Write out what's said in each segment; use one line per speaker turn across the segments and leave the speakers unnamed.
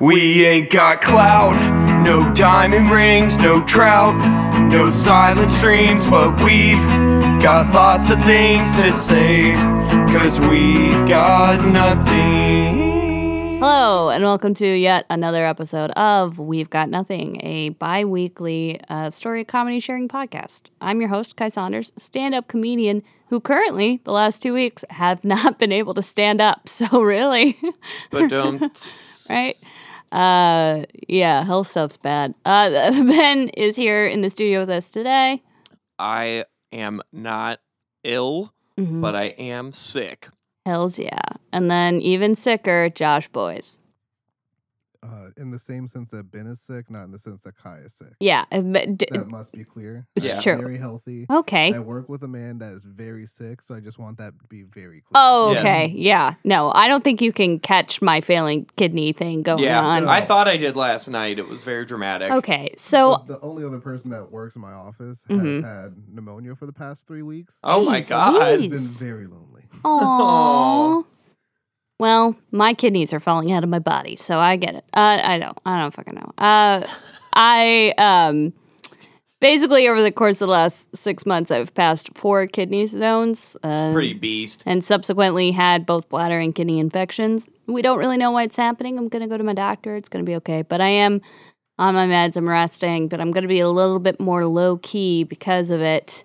We ain't got clout, no diamond rings, no trout, no silent streams, but we've got lots of things to say, cause we've got nothing.
Hello, and welcome to yet another episode of We've Got Nothing, a bi weekly uh, story comedy sharing podcast. I'm your host, Kai Saunders, stand up comedian who currently, the last two weeks, have not been able to stand up. So, really,
But um,
right? Uh, yeah, health stuff's bad. Uh, Ben is here in the studio with us today.
I am not ill,
Mhm.
but I am sick.
Hells yeah. And then, even sicker, Josh Boys.
uh, in the same sense that Ben is sick, not in the sense that Kai is sick.
Yeah. but d-
That must be clear.
It's
I'm
true.
Very healthy.
Okay.
I work with a man that is very sick, so I just want that to be very clear.
Oh,
Yes.
okay. Yeah. No, I don't think you can catch my failing kidney thing going
yeah,
on.
I thought I did last night. It was very dramatic.
okay. So,
But the only other person that works in my office
Mhm.
has had pneumonia for the past three weeks.
Oh my
Jeez
god.
Louise.
I've been
Jeez.
very lonely.
Oh.
aw. Well, my kidneys are falling out of my body, so I get it. Uh, I don't. I don't fucking know. Uh, I um, basically over the course of the last six months, I've passed four kidney stones. Uh,
Pretty beast.
and subsequently had both bladder and kidney infections. We don't really know why it's happening. I'm going to go to my doctor. It's going to be okay. But I am on my meds. I'm resting, but I'm going to be a little bit more low key because of it.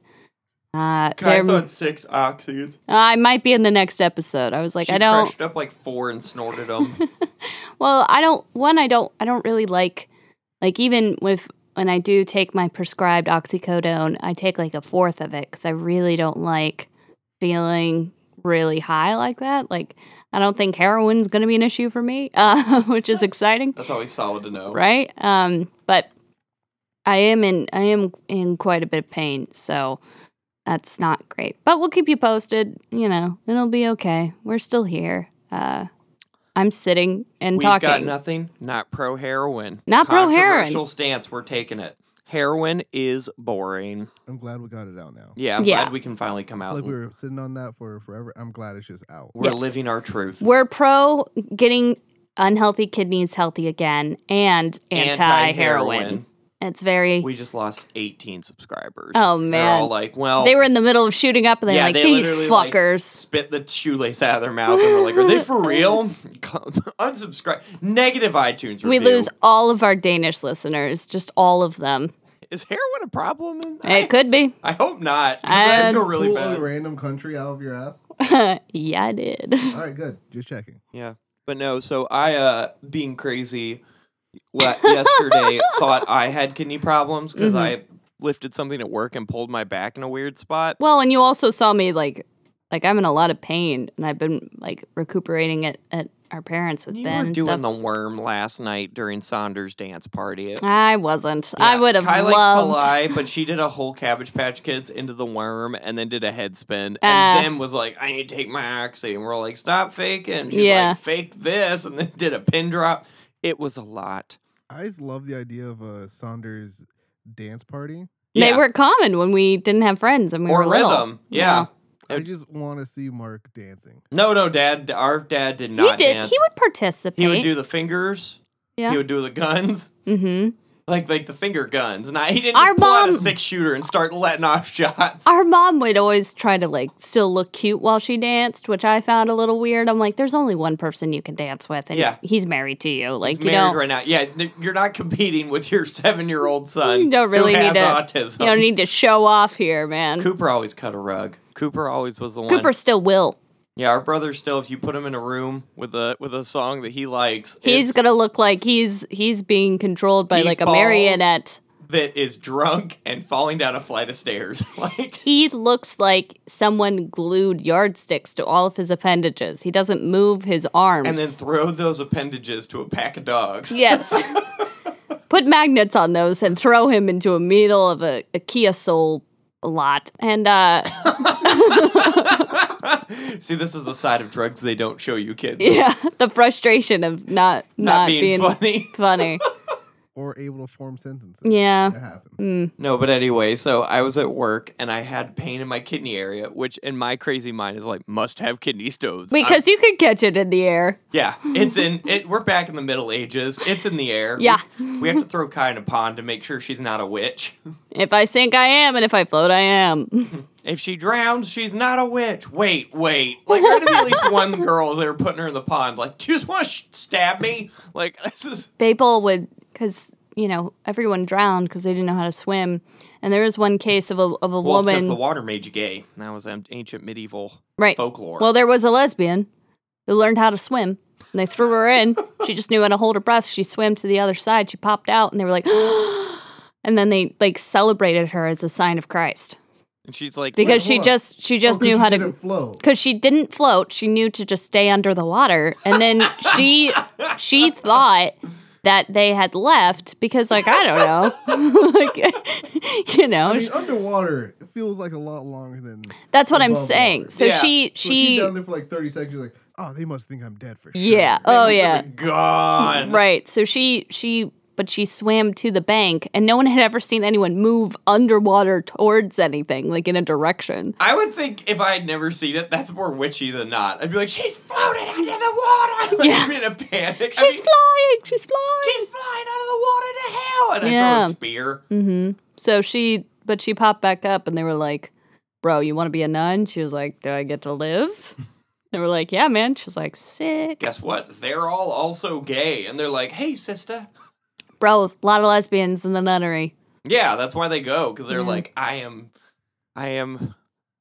Uh,
Guys
there-
on six oxys.
I might be in the next episode. I was like,
she
I don't.
crushed up like four and snorted them.
Well, I don't. One, I don't. I don't really like. Like even with when I do take my prescribed oxycodone, I take like a fourth of it because I really don't like feeling really high like that. Like I don't think heroin's going to be an issue for me, uh, which is exciting,
That's always solid to know.
right? Um, but I am in. I am in quite a bit of pain, so that's not great. But we'll keep you posted. You know, it'll be okay. We're still here. Uh, I'm sitting and
We've
talking.
got nothing. Not pro heroin.
Not pro-heroin.
Controversial stance. We're taking it. Heroin is boring.
I'm glad we got it out now.
Yeah, I'm
Yeah.
glad we can finally come
I
out.
feel like we
and-
were sitting on that for forever. I'm glad it's just out.
we're
Yes.
living our truth.
We're pro getting unhealthy kidneys healthy again and anti heroin.
Anti-heroin.
It's very.
We just lost 18 subscribers.
Oh,
They're
man.
all like, well,
they were in the middle of shooting up and they're
Yeah,
like,
they
these
literally, like,
fuckers.
spit the shoelace out of their mouth and we're like, are they for real? Unsubscribe. Negative iTunes review.
we lose all of our Danish listeners, just all of them.
Is heroin a problem? In- I,
It could be.
I hope not. 'cause
I-
I feel really
Pull
bad.
a random country out of your ass.
yeah, I did.
All right, good. Just checking.
Yeah. But no, so I, uh, being crazy la- yesterday, thought I had kidney problems because I
Mm-hmm.
lifted something at work and pulled my back in a weird spot.
Well, and you also saw me like, like I'm in a lot of pain, and I've been like recuperating it at our parents with
You
Ben
were
and
doing
stuff.
the worm last night during Saunders' dance party.
I wasn't. I
Yeah,
would have
Kai
loved.
likes to lie, but she did a whole Cabbage Patch Kids into the worm and then did a head spin
Ah.
and then was like, I need to take my oxy. And we're all like, stop faking. She
Yeah.
like, faked this and then did a pin drop. It was a lot.
I just love the idea of a Saunders dance party.
They
Yeah.
were common when we didn't have friends and we
or
were little.
rhythm. Yeah.
I
It-
just want to see Mark dancing.
No, no, dad. Our dad did
He
not
did.
dance.
He would participate.
He would do the fingers.
Yeah.
He would do the guns.
mm-hmm.
Like like the finger guns. Now he didn't
Our
pull out a
mom-
six shooter and start letting off shots.
Our mom would always try to like still look cute while she danced, which I found a little weird. I'm like, there's only one person you can dance with, and
Yeah.
he's married to you. Like
He's
you
married
don't,
right now. Yeah, th- you're not competing with your seven year old son.
You don't really
who has
need to-
autism.
you don't need to show off here, man.
Cooper always cut a rug. Cooper always was the one.
Cooper still will.
Yeah, our brother still. If you put him in a room with a with a song that he likes,
He's
it's-
gonna look like he's he's being controlled by
He
like a
fall-
marionette.
that is drunk and falling down a flight of stairs. like
He looks like someone glued yardsticks to all of his appendages. He doesn't move his arms.
and then throw those appendages to a pack of dogs.
Yes. Put magnets on those and throw him into a middle of a, a Kia Soul lot. And uh
See, this is the side of drugs they don't show you kids.
yeah, the frustration of not not,
Not being funny.
funny.
or able to form sentences.
Yeah.
It happens. Oh,
Mm.
No, but anyway, so I was at work and I had pain in my kidney area, which in my crazy mind is like must have kidney stones. I'm-
Because you could catch it in the air.
yeah, it's in it. We're back in the Middle Ages. It's in the air.
Yeah.
we, we have to throw Kai in a pond to make sure she's not a witch.
If I sink, I am, and if I float, I am.
If she drowns, she's not a witch. Wait, wait. Like there had to be at least one girl that were putting her in the pond. Like, do you just want to sh- stab me? Like this is
People would, because you know everyone drowned because they didn't know how to swim, and there was one case of a of a
well, because
woman.
the water made you gay. That was an ancient medieval
Right.
folklore.
Well, there was a lesbian who learned how to swim. And they threw her in. She just knew how to hold her breath. She swam to the other side. She popped out, and they were like, and then they like celebrated her as a sign of Christ
and she's like,
because
Wait,
she
hold on. Oh,
just she just knew how to
float.
because she didn't float. She knew to just stay under the water, and then she she thought that they had left because like I don't know, like, you know.
I mean, underwater it feels like a lot longer than.
that's what I'm
above
saying.
water.
So
Yeah.
she
So she's
she
down there for like thirty seconds. Like, oh, they must think I'm dead for sure.
yeah oh
"Things
yeah
are gone.
Right. So she she but she swam to the bank and no one had ever seen anyone move underwater towards anything, like in a direction.
I would think if I had never seen it, that's more witchy than not. I'd be like, she's floating under the water. Like,
Yeah.
I'm in a panic.
She's
I mean,
flying, she's flying.
she's flying out of the water to hell. And I
Yeah. Mm.
throw a spear.
so she but she popped back up and they were like, Bro, you wanna be a nun? She was like, Do I get to live? They were like, Yeah, man. She's like, sick.
Guess what? They're all also gay. And they're like, hey, sister.
Bro, a lot of lesbians in the nunnery.
Yeah, that's why they go. Because they're
Yeah.
like, I am, I am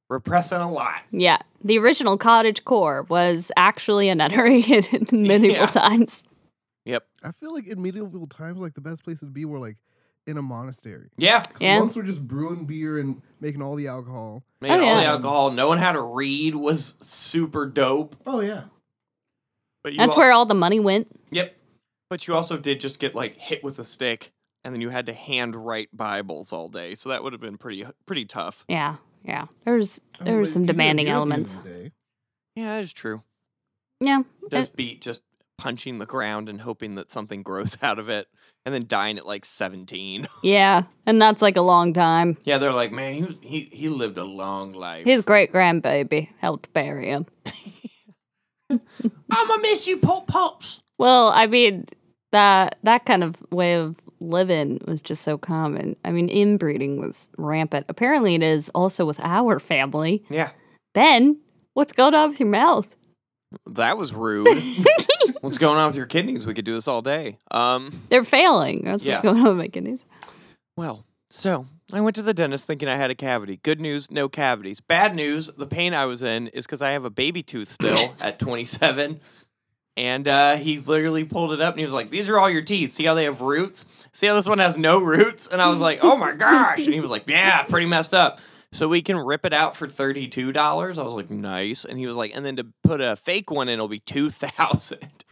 repressing a lot.
Yeah. The original cottage core was actually a nunnery in medieval
Yeah.
times.
Yep.
I feel like in medieval times, like the best places to be were like in a monastery.
Yeah.
'Cause
Yeah.
Monks were just brewing beer and making all the alcohol.
Man, all the
yeah.
alcohol, knowing how to read was super dope.
Oh yeah.
But you
That's
al-
where all the money went.
Yep. But you also did just get like hit with a stick, and then you had to hand write Bibles all day, so that would have been pretty pretty tough.
Yeah, yeah. There's
I
there
mean,
were
but
some
you did a
demanding
meal at the end
elements.
of the day.
Yeah, that is true.
Yeah,
It does beat just punching the ground and hoping that something grows out of it, and then dying at like seventeen.
yeah. And that's like a long time.
yeah, they're like, man, he was- he he lived a long life.
His great grandbaby helped bury him.
I'ma miss you, Pop Pops.
Well, I mean that that kind of way of living was just so common. I mean, inbreeding was rampant. Apparently, it is also with our family.
Yeah,
Ben, what's going on with your mouth?
that was rude. What's going on with your kidneys? We could do this all day. Um.
They're failing. That's
Yeah.
what's going on with my kidneys.
Well, so I went to the dentist thinking I had a cavity. Good news, no cavities. Bad news, the pain I was in is because I have a baby tooth still at 27. And uh, he literally pulled it up and he was like, These are all your teeth. See how they have roots? See how this one has no roots? And I was like, Oh my gosh. And he was like, Yeah, pretty messed up. So we can rip it out for $32. I was like, Nice. And he was like, And then to put a fake one in, it'll be 2000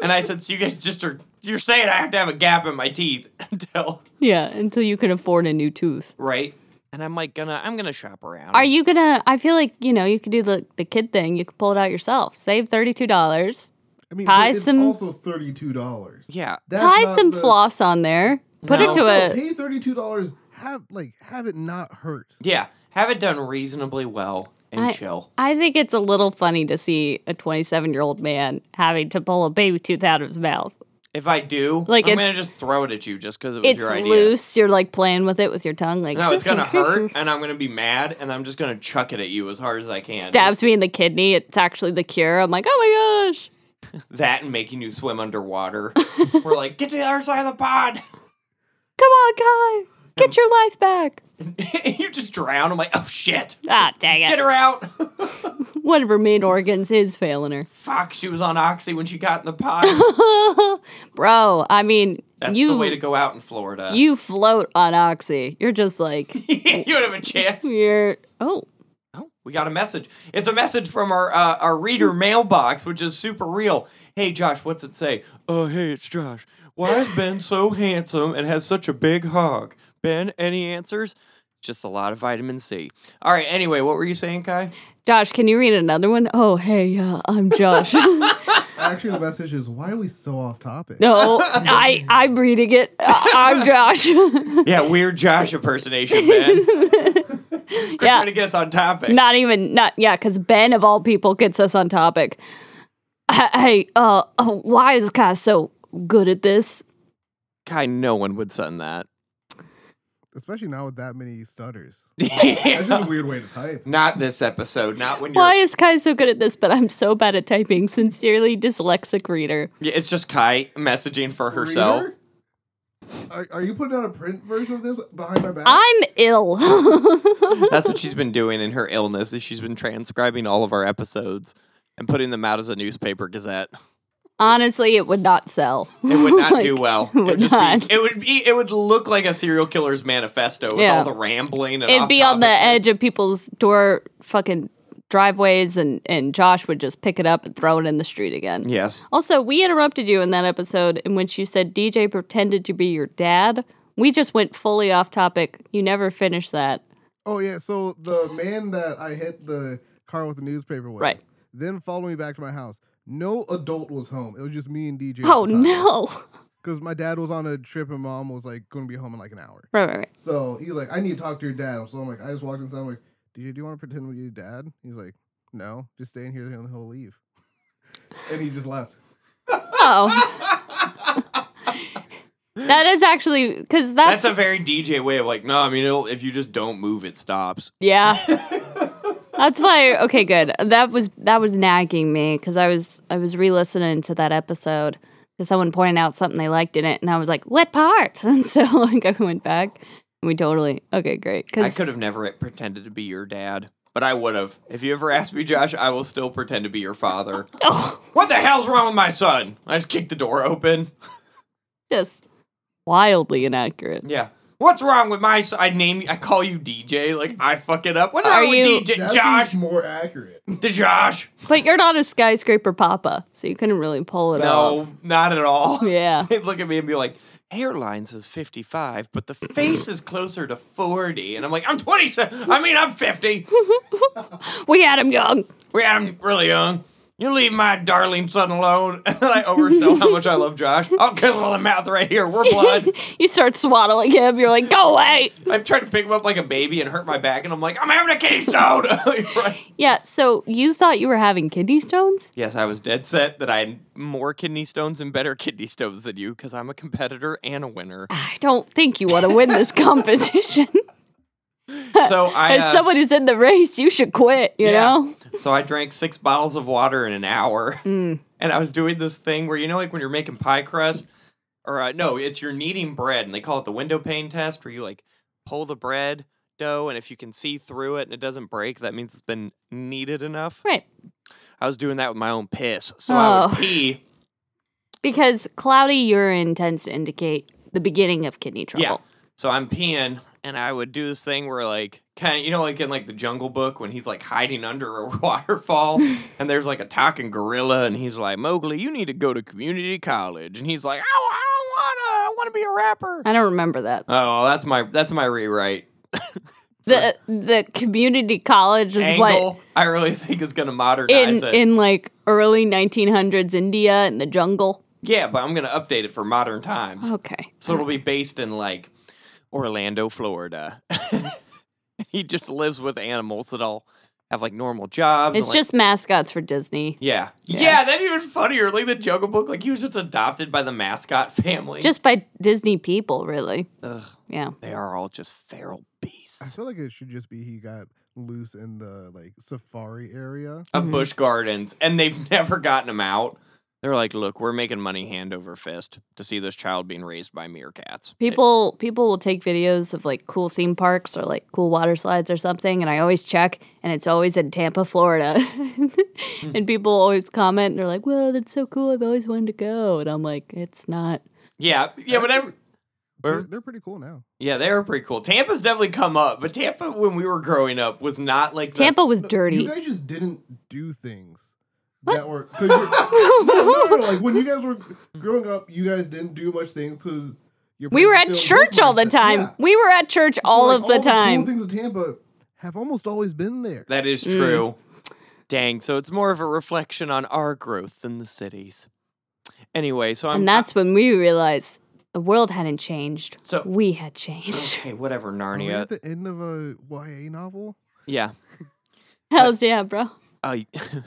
And I said, So you guys just are, you're saying I have to have a gap in my teeth until
Yeah, until you can afford a new tooth.
right? And I'm like gonna I'm gonna shop around.
Are you gonna? I feel like you know you could do the the kid thing. You could pull it out yourself. Save thirty two dollars.
I mean,
Tie
but it's
some-
also thirty two dollars.
Yeah,
Tie some floss on there. Put
No.
it to
No,
a.
pay thirty two dollars. Have like have it not hurt.
yeah. Have it done reasonably well and
I-
chill.
I think it's a little funny to see a 27 year old man having to pull a baby tooth out of his mouth.
If I do,
Like,
I'm gonna
it's-
just throw it at you just because it was
It's
your idea.
loose. You're like playing with it with your tongue. Like
No, it's gonna hurt, and I'm gonna be mad, and I'm just gonna chuck it at you as hard as I can.
Stabs me in the kidney. It's actually the cure. I'm like, oh my gosh.
That and making you swim underwater. We're like, get to the other side of the pod.
Come on, guy. Get your life back.
you just drown. I'm like, oh shit,
Ah, dang
get
it.
her out.
One of her main organs is failing her.
Fuck, she was on oxy when she got in the pod.
Bro, I mean,
That's
you
the way to go out in Florida.
you float on oxy. You're just like
you don't have a chance.
you're. Oh,
Oh, we got a message. It's a message from our uh, our reader
Hmm.
mailbox, which is super real. Hey, Josh, what's it say? Oh, hey, it's Josh. Why is Ben so handsome and has such a big hog? Ben, any answers? Just a lot of vitamin C. All right. Anyway, what were you saying, Kai?
Josh, can you read another one? Oh, hey, uh, I'm Josh.
Actually, the message is why are we so off topic?
No, I I'm reading it. I, am Josh.
yeah, weird Josh impersonation, man. Chris,
Yeah.
yeah. to guess on topic.
not even not yeah, because Ben of all people gets us on topic. Hey, uh, oh, why is Kai so good at this?
Kai, no one would send that.
Especially not with that many stutters.
Yeah.
That's just a weird way to type.
Not this episode. Not when you're.
Why is Kai so good at this? But I'm so bad at typing. Sincerely, dyslexic reader.
Yeah, it's just Kai messaging for herself.
Reader? Are, are you putting out a print version of this behind my back?
I'm ill.
That's what she's been doing in her illness. Is she's been transcribing all of our episodes and putting them out as a newspaper gazette.
Honestly, it would not sell.
It would not
Like,
do well.
It
It
would
would,
not.
be, it would be. It would look like a serial killer's manifesto with
Yeah.
all the rambling. And
It'd be on the
off-topic-
edge of people's door fucking driveways, and, and Josh would just pick it up and throw it in the street again.
Yes.
Also, we interrupted you in that episode in which you said DJ pretended to be your dad. We just went fully off topic. You never finished that.
Oh yeah, so the man that I hit the car with the newspaper with,
Right.
Then followed me back to my house. No adult was home. It was just me and DJ.
Oh, no.
Because my dad was on a trip and mom was like going to be home in like an hour.
Right, right, right.
So he's like, I need to talk to your dad. So I'm like, I just walked inside. I'm like, DJ, do you want to pretend we're your dad? He's like, No, just stay in here and he'll leave. and he just left.
Oh. that is actually because that's,
That's a very DJ way of like, no, I mean, it'll, if you just don't move, it stops.
yeah. That's why. Okay, good. That was that was nagging me because I was I was re-listening to that episode because someone pointed out something they liked in it, and I was like, "What part?" And so like I went back. and We totally okay, great.
I could have never pretended to be your dad, but I would have. If you ever ask me, Josh, I will still pretend to be your father.
oh,
What the hell's wrong with my son? I just kicked the door open.
just wildly inaccurate.
Yeah. What's wrong with my son? I name I call you DJ. Like I fuck it up. What's
Are
wrong
you-
with DJ?
That's
Josh,
more accurate.
the Josh.
But you're not a skyscraper papa, so you couldn't really pull it
No, not at all.
off. Yeah.
They'd look at me and be like, hairline says 55, but the face is closer to 40. And I'm like, I'm 27. I mean, I'm 50.
We had him young.
We had him really young. You leave my darling son alone. And I oversell how much I love Josh. I'll kiss him on the mouth right here. We're blood.
You start swaddling him. You're like, go away.
I'm trying to pick him up like a baby and hurt my back. And I'm like, I'm having a kidney stone. Right.
Yeah. So you thought you were having kidney stones?
Yes, I was dead set that I had more kidney stones and better kidney stones than you because I'm a competitor and a winner.
I don't think you want to win this competition.
So I.
As
uh,
someone who's in the race, you should quit, you
Yeah.
know?
So I drank six bottles of water in an hour,
Mm.
and I was doing this thing where you know, like when you're making pie crust, or uh, no, it's you're kneading bread, and they call it the window pane test, where you like pull the bread dough, and if you can see through it and it doesn't break, that means it's been kneaded enough.
Right.
I was doing that with my own piss, so I
Oh.
would pee.
Because cloudy urine tends to indicate the beginning of kidney trouble.
Yeah. So I'm peeing, and I would do this thing where like kind of you know like in like the Jungle Book when he's like hiding under a waterfall, and there's like a talking gorilla, and he's like Mowgli, you need to go to community college, and he's like, oh, I don't wanna, I want to be a rapper.
I don't remember that.
Oh, that's my that's my rewrite
The the community college is what
angle. I really think is gonna modernize
in
it.
in like early 1900s India in the jungle.
yeah, but I'm gonna update it for modern times.
Okay.
So it'll be based in like Orlando, Florida. he just lives with animals that all have like normal jobs. and,
It's
like,
just mascots for Disney.
Yeah.
Yeah.
yeah. that'd be even funnier. Like the Jungle Book, like he was just adopted by the mascot family.
Just by Disney people, really.
Ugh,
Yeah.
they are all just feral
I
beasts.
feel like it should just be he got loose in the like safari area.
Mm-hmm.
Of Bush Gardens, and they've never gotten him out. They're like, look, we're making money hand over fist to see this child being raised by meerkats.
People people will take videos of like cool theme parks or like cool water slides or something, and I always check, and it's always in Tampa, Florida. and people always comment, and they're like, "Well, that's so cool. I've always wanted to go." And I'm like, "It's not."
Yeah, yeah, but every,
They're,
we're-
they're pretty cool now.
yeah, they were pretty cool. Tampa's definitely come up, but Tampa when we were growing up was not like the-
Tampa was
You
dirty.
guys just didn't do things
What?
that were. 'cause you're- no, no, no, no, Like when you guys were growing up, you guys didn't do much things because
We were at church all the time. We were at church all of the
all
time.
The cool things in Tampa have almost always been there.
That is true. Mm. Dang, so it's more of a reflection on our growth than the city's. Anyway, so I'm
and that's when we realized the world hadn't changed.
So-
we had changed.
okay, whatever,
Are we
Narnia.
at the end of a YA novel?
yeah.
Hells yeah, bro.
Uh,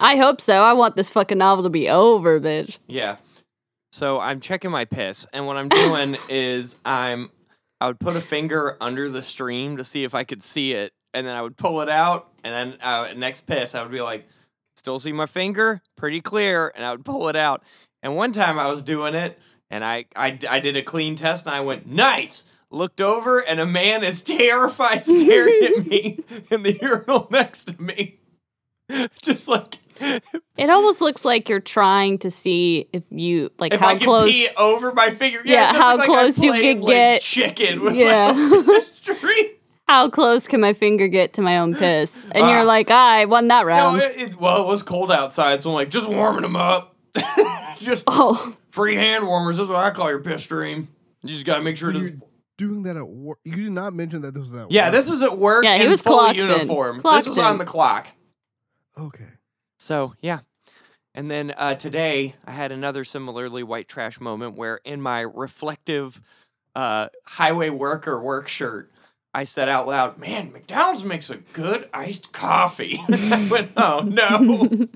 I hope so. I want this fucking novel to be over, bitch.
yeah. So I'm checking my piss, and what I'm doing is I'm I would put a finger under the stream to see if I could see it, and then I would pull it out, and then uh, next piss I would be like, still see my finger, pretty clear, and I would pull it out. And one time I was doing it, and I I, I did a clean test, and I went nice. Looked over, and a man is terrified staring at me in the urinal next to me, just like
It almost looks like you're trying to see if you like
if
how
I can
close.
pee over my finger.
Yeah,
it doesn't
how
look I
close you
played,
could
like,
get.
Chicken with
Yeah.
my street.
how close can my finger get to my own piss? And
Ah.
you're like, I won that
No,
round.
it, it, well, it was cold outside, so I'm like just warming them up. just
oh,
free hand warmers. That's what I call your piss stream. You just gotta make sure
So
it
you're
doesn't.
doing that at work. You did not mention that this was at
Yeah,
work.
this was at work.
Yeah, he
in
was
full
clocked in.
uniform.
Clocked
this was on
in.
the clock.
Okay.
So yeah. And then uh, today I had another similarly white trash moment where in my reflective uh, highway worker work shirt, I said out loud, Man, McDonald's makes a good iced coffee. I went, Oh no.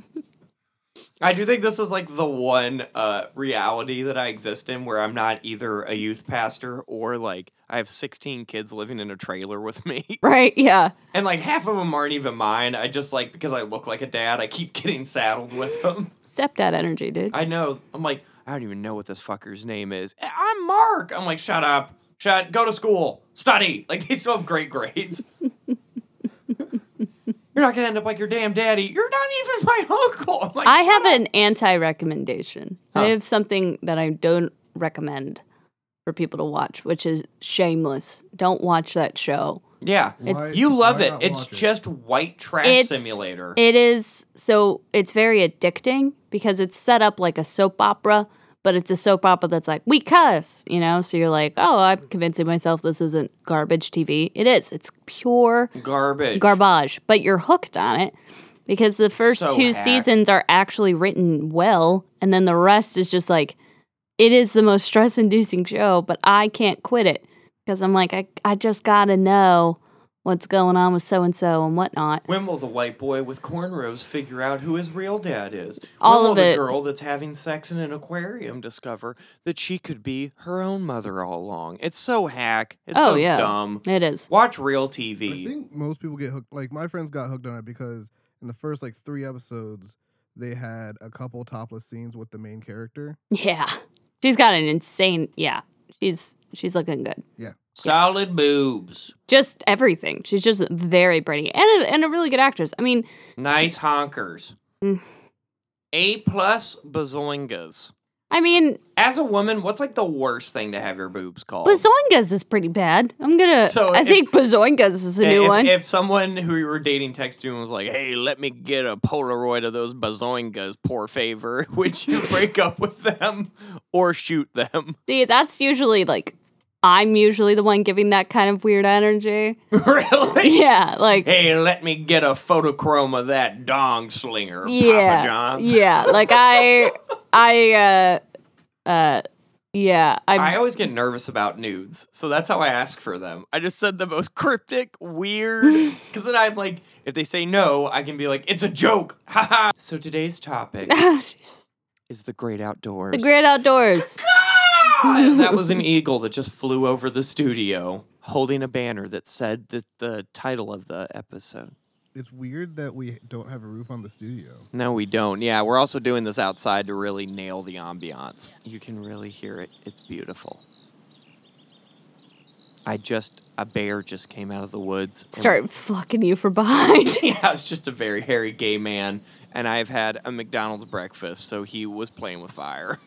I do think this is like the one uh, reality that I exist in where I'm not either a youth pastor or like I have 16 kids living in a trailer with me.
right, yeah.
And like half of them aren't even mine. I just like because I look like a dad, I keep getting saddled with them.
Stepdad energy, dude.
I know. I'm like, I don't even know what this fucker's name is. "Eh, I'm Mark. I'm like, shut up. Shut. Go to school. Study. Like they still have great grades. You're not gonna end up like your damn daddy. You're not even my uncle. I'm like,
I
"Shut
have
up."
an anti recommendation. I
Huh.
have something that I don't recommend for people to watch, which is Shameless. Don't watch that show.
Yeah.
It's-
Why-
You love
why
it.
not
It's
watch it?
just white trash
It's-
simulator.
It is so it's very addicting because it's set up like a soap opera, but it's a soap opera that's like we cuss, you know. So you're like, oh, I'm convincing myself this isn't garbage TV. It is. It's pure
garbage.
garbage, but you're hooked on it because the first
So
two
hack.
seasons are actually written well, and then the rest is just like it is the most stress inducing show, but I can't quit it because I'm like, I, I just gotta know what's going on with so and so and whatnot.
When will the white boy with cornrows figure out who his real dad is?
All
when
of
will
it.
the girl that's having sex in an aquarium discover that she could be her own mother all along? It's so hack. It's
Oh,
so
yeah.
dumb.
It is.
Watch real
I
TV.
think most people get hooked. Like my friends got hooked on it because in the first like three episodes, they had a couple topless scenes with the main character.
Yeah. She's got an insane yeah. She's she's looking good.
Solid boobs.
Just everything. She's just very pretty and a, and a really good actress. I mean,
Nice honkers.
Mm.
A plus bazoingas.
I mean,
As a woman, what's like the worst thing to have your boobs called?
Bazoingas is pretty bad. I'm gonna.
So
I
if-
think Bazoingas is a
Hey,
new
if,
one.
If someone who you were dating texted you and was like, "Hey, let me get a Polaroid of those bazoingas, poor favor," would you break up with them or shoot them?
See, that's usually like I'm usually the one giving that kind of weird energy.
really?
Yeah, like
Hey, let me get a photochrome of that dong slinger,
yeah,
Papa John's.
yeah. Like I, I, uh, uh, yeah. I'm,
I always get nervous about nudes, so that's how I ask for them. I just said the most cryptic, weird, because then I'm like, if they say no, I can be like, it's a joke, haha. So today's topic is the great outdoors.
the great outdoors.
Ah, that was an eagle that just flew over the studio holding a banner that said the, the title of the episode.
It's weird that we don't have a roof on the studio.
No, we don't. Yeah, we're also doing this outside to really nail the ambiance. You can really hear it. It's beautiful. I just, a bear just came out of the woods. and-
Start fucking you from behind.
Yeah, it's just a very hairy gay man, and I've had a McDonald's breakfast, so he was playing with fire.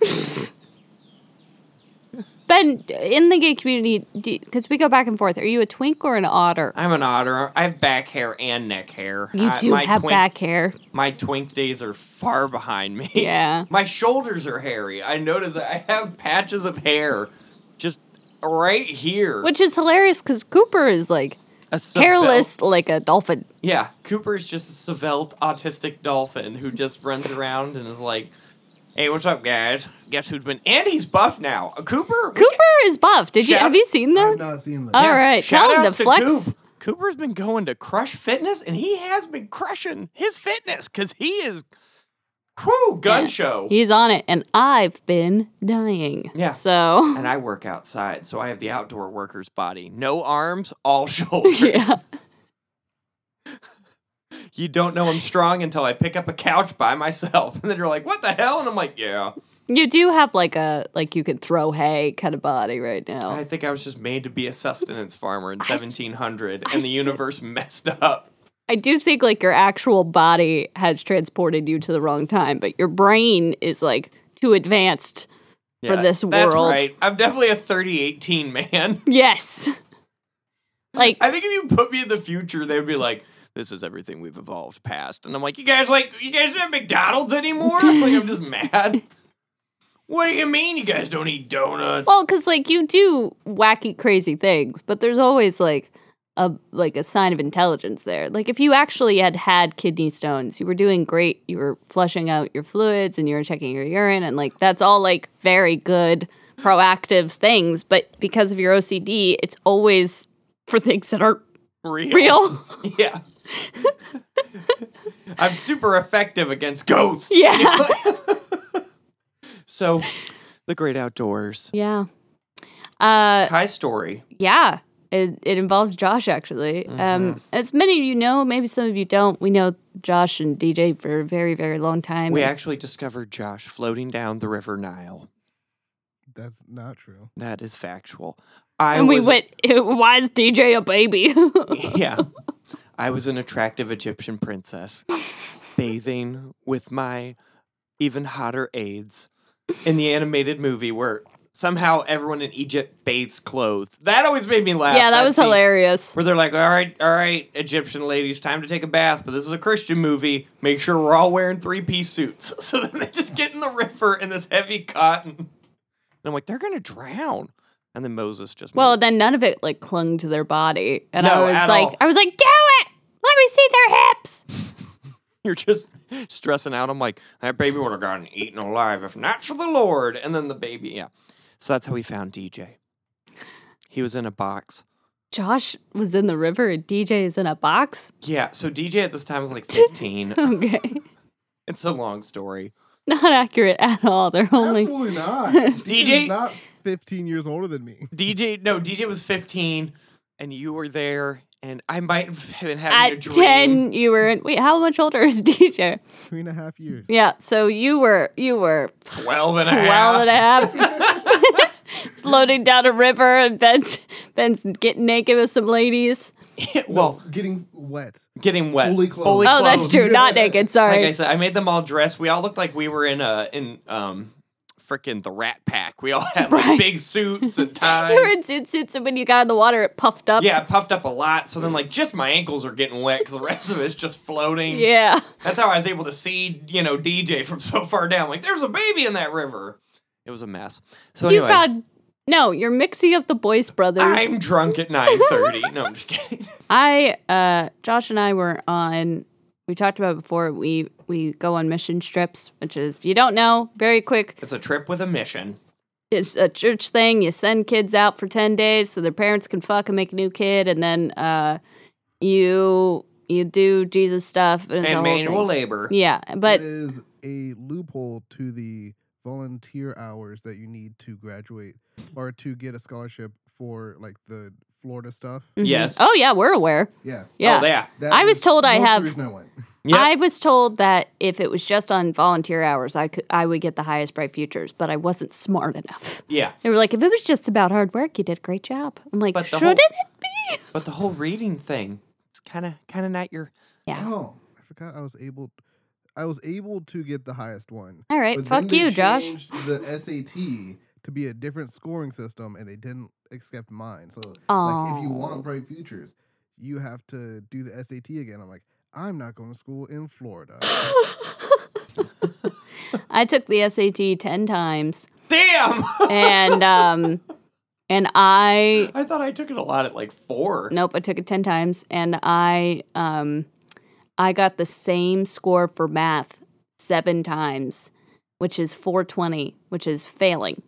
ben, in the gay community, because we go back and forth. Are you a twink or an otter?
I'm an otter. I have back hair and neck hair.
You
I-
do
Uh, my
have
twink-
back hair.
My twink days are far behind me.
Yeah.
My shoulders are hairy. I notice I have patches of hair just right here.
Which is hilarious because Cooper is like,
A savelt-
Careless like a dolphin.
Yeah, Cooper is just a svelte autistic dolphin who just runs around and is like, "Hey, what's up, guys? Guess who's been?" And he's buff now. Uh, Cooper.
Cooper is buff. Did you
Shout-
have you seen
I've
that?
not seen that.
All right,
Shout
tell him to
outs
flex.
Coop. Cooper's been going to Crush Fitness, and he has been crushing his fitness because he is, whoo, gun
Yeah.
show.
He's on it, and I've been dying.
Yeah.
So
and I work outside, so I have the outdoor worker's body. No arms, all shoulders.
yeah,
You don't know I'm strong until I pick up a couch by myself. And then you're like, what the hell? And I'm like, yeah.
you do have like a like you could throw hay kind of body right now.
I think I was just made to be a sustenance farmer in 1700, and the universe messed up.
I do think like your actual body has transported you to the wrong time, but your brain is like too advanced. For
Yeah,
this
that's
world.
right. I'm definitely a 3018 man.
Yes. Like
I think if you put me in the future, they would be like, this is everything we've evolved past. And I'm like, you guys like you guys don't have McDonald's anymore? like I'm just mad. What do you mean you guys don't eat donuts?
well, cuz like you do wacky crazy things, but there's always like a like a sign of intelligence there. Like if you actually had had kidney stones, you were doing great. You were flushing out your fluids and you were checking your urine and like that's all like very good proactive things, but because of your OCD, it's always for things that aren't real.
Yeah. I'm super effective against ghosts.
Yeah.
so, the great outdoors.
Yeah. Uh,
Kai's story.
yeah. It, it involves Josh actually.
Mm-hmm.
Um, as many of you know, maybe some of you don't. We know Josh and DJ for a very, very long time.
We
and-
actually discovered Josh floating down the River Nile.
That's not true.
That is factual. I
and we
was-
went. Why is DJ a baby?
Yeah. I was an attractive Egyptian princess bathing with my even hotter aides in the animated movie where somehow everyone in Egypt bathes clothed. That always made me laugh.
yeah, that was
scene.
hilarious.
where they're like, all right, all right, Egyptian ladies, time to take a bath, but this is a Christian movie. Make sure we're all wearing three piece suits. So then they just get in the river in this heavy cotton. And I'm like, they're going to drown. And then Moses just.
Well,
moved.
then none of it like clung to their body, and
No,
I was
at
like,
all.
I was like, do it. Let me see their hips.
you're just stressing out. I'm like, that baby would have gotten eaten alive if not for the Lord. And then the baby, yeah. So that's how we found DJ. He was in a box.
Josh was in the river, and DJ is in a box.
Yeah. So DJ at this time was like 15.
Okay,
it's a long story.
not accurate at all. They're only
Absolutely not.
DJ
He's not 15 years older than me.
DJ, no, DJ was 15, and you were there, and I might have been having a
at
dream.
10 you were in wait how much older is dj
Three and a half years.
yeah so you were you were
12 and a
12
half.
and a half floating down a river and ben's ben's getting naked with some ladies
well,
Getting wet.
getting wet.
Fully clothed.
Fully
oh that's
clothed.
true not naked sorry
Like I said, I made them all dressed. We all looked like we were in a, in, um, frickin' the Rat Pack. We all had like
Right.
big suits and
you were
ties.
in suit suits and when you got in the water it puffed up
yeah, I puffed up a lot. So then, like, just my ankles are getting wet because the rest of it's just floating.
yeah
That's how I was able to see, you know, DJ from so far down. Like, there's a baby in that river. It was a mess. So
you
anyway.
found no you're mixing up the boys brothers
I'm drunk at 9:30. No, I'm just kidding.
I uh Josh and I were on we talked about it before we we go on mission trips, which is if you don't know, very quick.
It's a trip with a mission.
It's a church thing. You send kids out for 10 days so their parents can fuck and make a new kid and then uh you you do Jesus stuff and, it's Mm-hmm. a
and
whole
manual
thing.
labor.
Yeah, but
it is a loophole to the volunteer hours that you need to graduate or to get a scholarship for like the Florida stuff.
mhm.
Yes.
Oh yeah, we're aware.
Yeah.
Yeah.
Oh, yeah.
That
I was told I
mostly the
have-
reason I went.
Yep.
I was told that if it was just on volunteer hours, I could I would get the highest bright futures, but I wasn't smart enough.
yeah.
They were like, if it was just about hard work, you did a great job. I'm like,
But the
shouldn't
whole-
it be?
But the whole reading thing, it's kind of kind of not your
Yeah.
Oh, I forgot I was able I was able to get the highest one.
All right.
But then
fuck
they
you, Josh.
changed The SAT to be a different scoring system, and they didn't accept mine. So, like, if
Aw.
you want bright futures, you have to do the SAT again. I'm like, I'm not going to school in Florida.
I took the SAT 10 times
damn.
and um and I
I thought I took it a lot at like four.
Nope, I took it 10 times and I um I got the same score for math 7 times, which is 420, which is failing.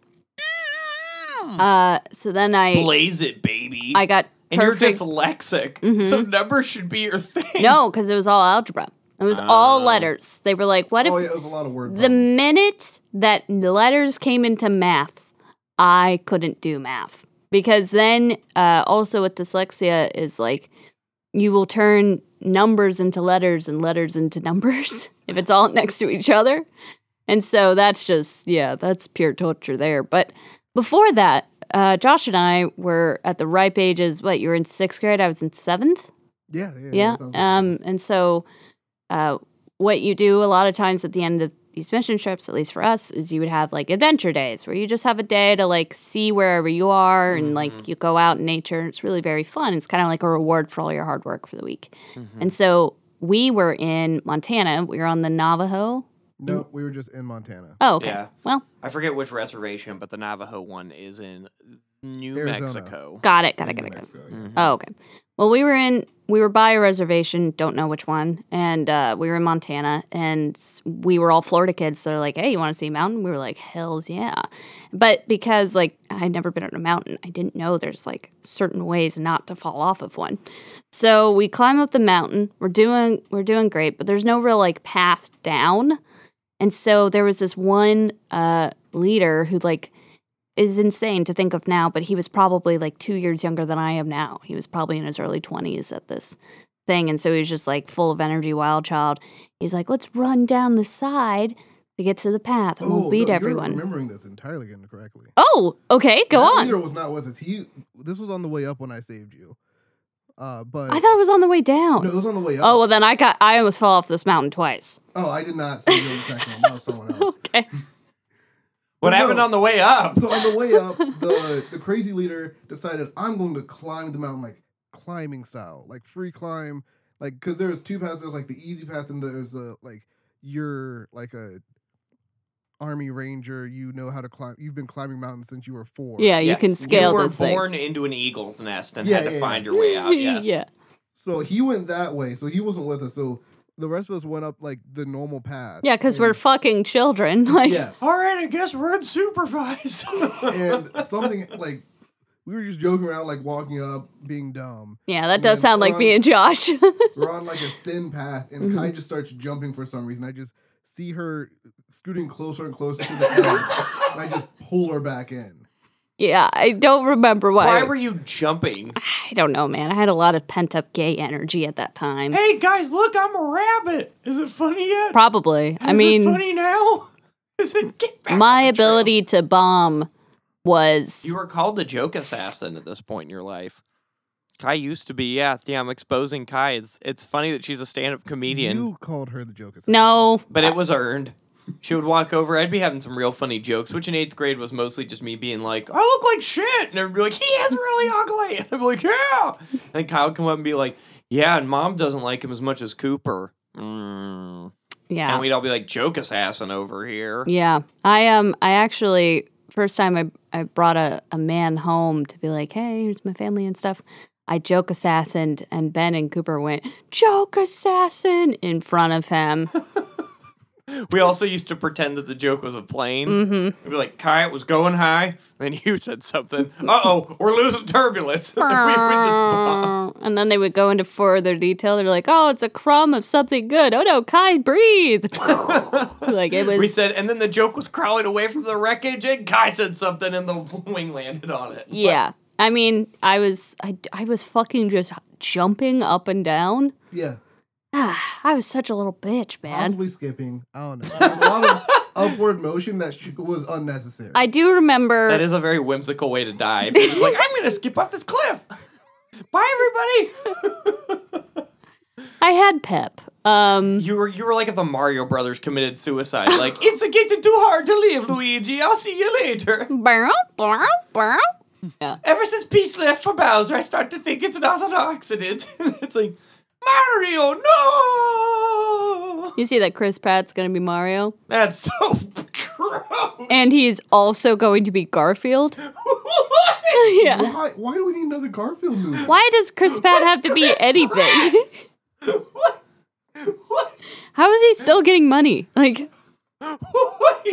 Mm.
Uh so then I
Blaze it, baby.
I got
and you're
perfect
dyslexic,
Mhm.
so numbers should be your thing.
No, cuz it was all algebra. It was all
Oh.
letters. They were like, what if
oh, yeah, it was a lot of word.
the
problems.
minute that letters came into math, I couldn't do math because then uh, also with dyslexia is like you will turn numbers into letters and letters into numbers if it's all next to each other. And so that's just yeah, that's pure torture there. But before that, uh, Josh and I were at the ripe ages. What you were in sixth grade, I was in seventh
yeah, yeah.
yeah
that sounds like-
um and so uh what you do a lot of times at the end of these mission trips at least for us is you would have like adventure days where you just have a day to like see wherever you are and like you go out in nature and it's really very fun it's kind of like a reward for all your hard work for the week and so we were in montana we were on the navajo
no, we were just in Montana.
oh okay
Yeah.
well
I forget which reservation, but the Navajo one is in New
Arizona.
Mexico.
got it got it
In
got
New
it got it
Mexico, yeah.
Mhm.
Oh, okay. Well, we were in, we were by a reservation, don't know which one, and uh, we were in Montana, and s- we were all Florida kids. So they're like, "Hey, you want to see a mountain?" We were like, "Hells yeah!" But because like I'd never been on a mountain, I didn't know there's like certain ways not to fall off of one. So we climb up the mountain. We're doing we're doing great, but there's no real like path down. And so there was this one uh, leader who like is insane to think of now, but he was probably like two years younger than I am now. He was probably in his early 20s at this thing. And so he was just like full of energy, wild child. He's like, let's run down the side to get to the path and
Oh,
we'll beat
no,
everyone.
You're remembering this entirely incorrectly.
oh, okay, go
That
on.
Leader was not with us. He. This was on the way up when I saved you. Uh, but
I thought it was on the way down.
no, it was on the way up.
oh, well, then I got, I almost fell off this mountain twice.
oh, I did not save you on the second one. That was someone else.
Okay.
What
Well,
happened
no.
on the way up?
So on the way up, the the crazy leader decided I'm going to climb the mountain like climbing style, like free climb, like because there's two paths. There's like the easy path, and there's a like you're like a army ranger. You know how to climb. You've been climbing mountains since you were four.
Yeah, you
Yeah,
can scale
you were
this
born into an eagle's nest and
Yeah,
had to
yeah,
find
yeah.
your way out.
thing.
Yes.
yeah.
So he went that way. So he wasn't with us. So the rest of us went up like the normal path.
Yeah, because
and-
we're fucking children. Like,
yes.
All right, I guess we're unsupervised.
and something like we were just joking around, like walking up, being dumb.
yeah, that does
Man,
sound like
um,
me and Josh.
We're on like a thin path, and Kai just starts jumping for some reason. I just see her scooting closer and closer to the edge, and I just pull her back in.
yeah, I don't remember why.
Why were you jumping?
I don't know, man. I had a lot of pent up gay energy at that time.
Hey guys, look, I'm a rabbit. Is it funny yet?
Probably. I
Is it
mean,
funny now? Is it get back
my
on the trail?
ability to bomb was.
You were called the joke assassin at this point in your life. Kai used to be, yeah, yeah. I'm exposing Kai. It's it's funny that she's a stand-up comedian,
You called her the joke. assassin.
no.
but it was earned. She would walk over. I'd be having some real funny jokes, which in eighth grade was mostly just me being like, "I look like shit," and everybody be like, "He is really ugly," and I'd be like, "Yeah." And Kyle would come up and be like, "Yeah," and Mom doesn't like him as much as Cooper. Mm.
Yeah.
And we'd all be like, "Joke assassin over here."
Yeah. I um I actually first time I I brought a, a man home to be like, Hey, here's my family and stuff. I joke assassined and Ben and Cooper went, Joke assassin in front of him.
We also used to pretend that the joke was a plane.
hmm
It'd be like, Kai, it was going high. And then you said something. Uh oh, we're losing turbulence. and then we would just bomb.
and then they would go into further detail. They're like, Oh, it's a crumb of something good. Oh no, Kai, breathe. like it was
We said, and then the joke was crawling away from the wreckage, and Kai said something, and the wing landed on it.
Yeah. I mean, I was I, I was fucking just jumping up and down.
Yeah.
Ah, I was such a little bitch, man.
Possibly skipping. I don't know. There's a lot of upward motion that sh- was unnecessary.
I do remember
That is a very whimsical way to die. If you're just like, I'm going to skip off this cliff. Bye, everybody.
I had pep. Um
you were you were like if the Mario Brothers committed suicide. Like, it's a getting too hard to live, Luigi. I'll see you later.
burrow, burrow, burrow. Yeah.
Ever since Peach left for Bowser, I start to think it's not an accident. it's like, Mario, no!
You see that Chris Pratt's going to be Mario
That's so gross.
and he's also going to be Garfield?
what?
yeah.
Why? Why do we need another Garfield movie?
Why does Chris Pratt have to be anything?
what? What?
How is he still getting money? Like,
Wait! I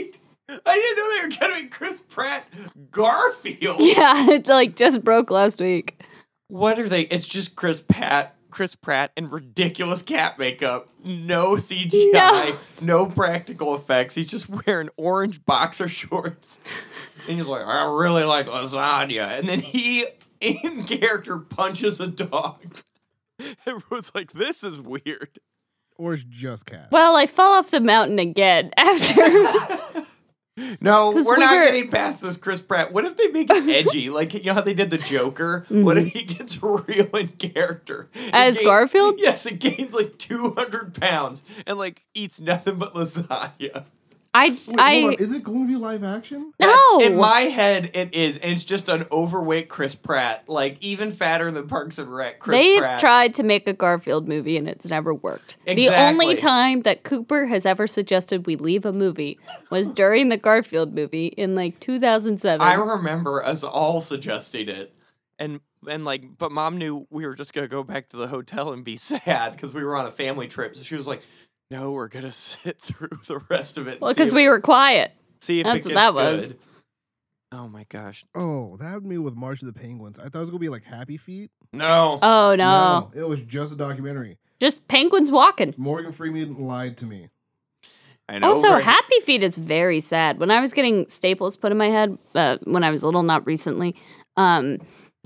didn't know they were getting Chris Pratt Garfield.
yeah, it like just broke last week.
What are they? It's just Chris Pat, Chris Pratt, and ridiculous cat makeup. No CGI, no, practical effects. He's just wearing orange boxer shorts, and he's like, "I really like lasagna," and then he, in character, punches a dog. Everyone's like, "This is weird."
Or it's just cat.
Well, I fell off the mountain again after.
No,
'Cause
we're
we
not
were-
getting past this Chris Pratt. What if they make it edgy? like you know how they did the Joker? What if he gets real in character? It
Mm-hmm. As Garfield?
Yes, it gains like two hundred pounds and like eats nothing but lasagna.
I,
Wait,
I,
hold on, Is it going to be live action?
no.
In my head it is, and it's just an overweight Chris Pratt, like even fatter than Parks and Rec Chris
They've
Pratt.
tried to make a Garfield movie and it's never worked. The
Exactly.
only time that Cooper has ever suggested we leave a movie was during the Garfield movie in like 2007.
I remember us all suggesting it. And and like but mom knew we were just gonna go back to the hotel and be sad because we were on a family trip. So she was like, No, we're gonna sit through the rest of it. and
well,
see
because
if-
we were quiet.
see if
that's what
it gets
that was.
good." Oh my gosh.
Oh, that would be with March of the Penguins. I thought it was going to be like Happy Feet.
No.
Oh, no.
it was just a documentary.
Just penguins walking.
Morgan Freeman lied to me.
I
Also,
right?
Happy Feet is very sad. When I was getting staples put in my head uh, when I was little, not recently, um,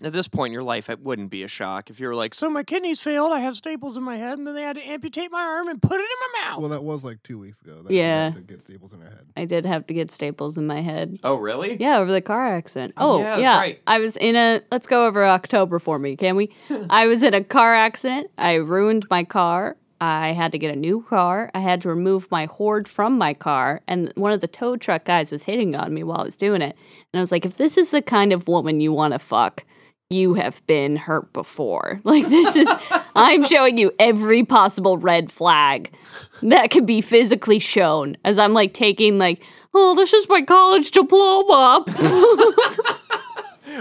at this point in your life it wouldn't be a shock if you were like, So my kidneys failed, I have staples in my head, and then they had to amputate my arm and put it in my mouth.
Well, that was like two weeks ago. That
Yeah.
To get staples in her head.
I did have to get staples in my head.
oh really?
Yeah, over the car accident.
Oh,
Oh,
yeah,
yeah.
that's right.
I was in a, let's go over October for me, can we? I was in a car accident. I ruined my car. I had to get a new car. I had to remove my hoard from my car. And one of the tow truck guys was hitting on me while I was doing it. And I was like, if this is the kind of woman you want to fuck, you have been hurt before. Like, this is, I'm showing you every possible red flag that could be physically shown as I'm like taking, like, oh, this is my college diploma.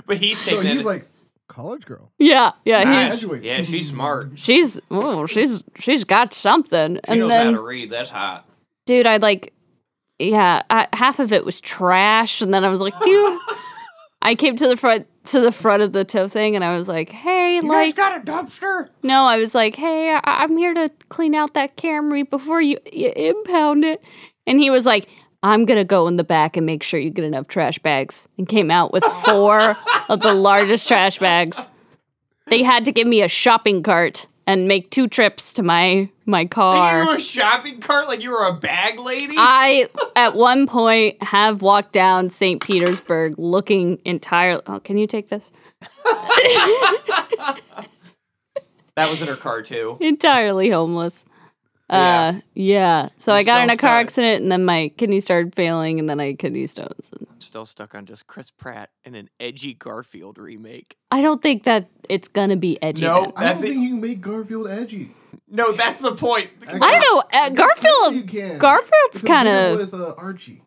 But he's taking
So he's
it.
like, college girl.
yeah, yeah.
Nice.
He's,
Graduate.
Yeah, she's smart.
she's, oh, she's, she's got something.
She
and
knows
then,
how to read, that's hot.
dude, I like, yeah, I, half of it was trash. And then I was like, dude, I came to the front, to the front of the tow thing and I was like, hey, like,
got a dumpster?
No, I was like, hey, I- I'm here to clean out that Camry before you, you impound it. And he was like, I'm going to go in the back and make sure you get enough trash bags. And came out with four of the largest trash bags. They had to give me a shopping cart and make two trips to my my
Think you
car.
were a shopping cart like you were a bag lady?
I at one point have walked down St. Petersburg looking entirely Oh, can you take this?
that was in her car too.
entirely homeless.
Yeah.
Uh, yeah. So
I'm
I got in
still
a car
stuck.
accident, and then my kidney started failing, and then I had kidney stones. And
I'm still stuck on just Chris Pratt and an edgy Garfield remake.
I don't think that it's gonna be edgy.
No.
then.
I don't
That's it.
think you can make Garfield edgy.
No, that's the point.
I don't know. Uh,
You
Garfield.
can.
Garfield's
Because
kind
even
of
with uh, Archie.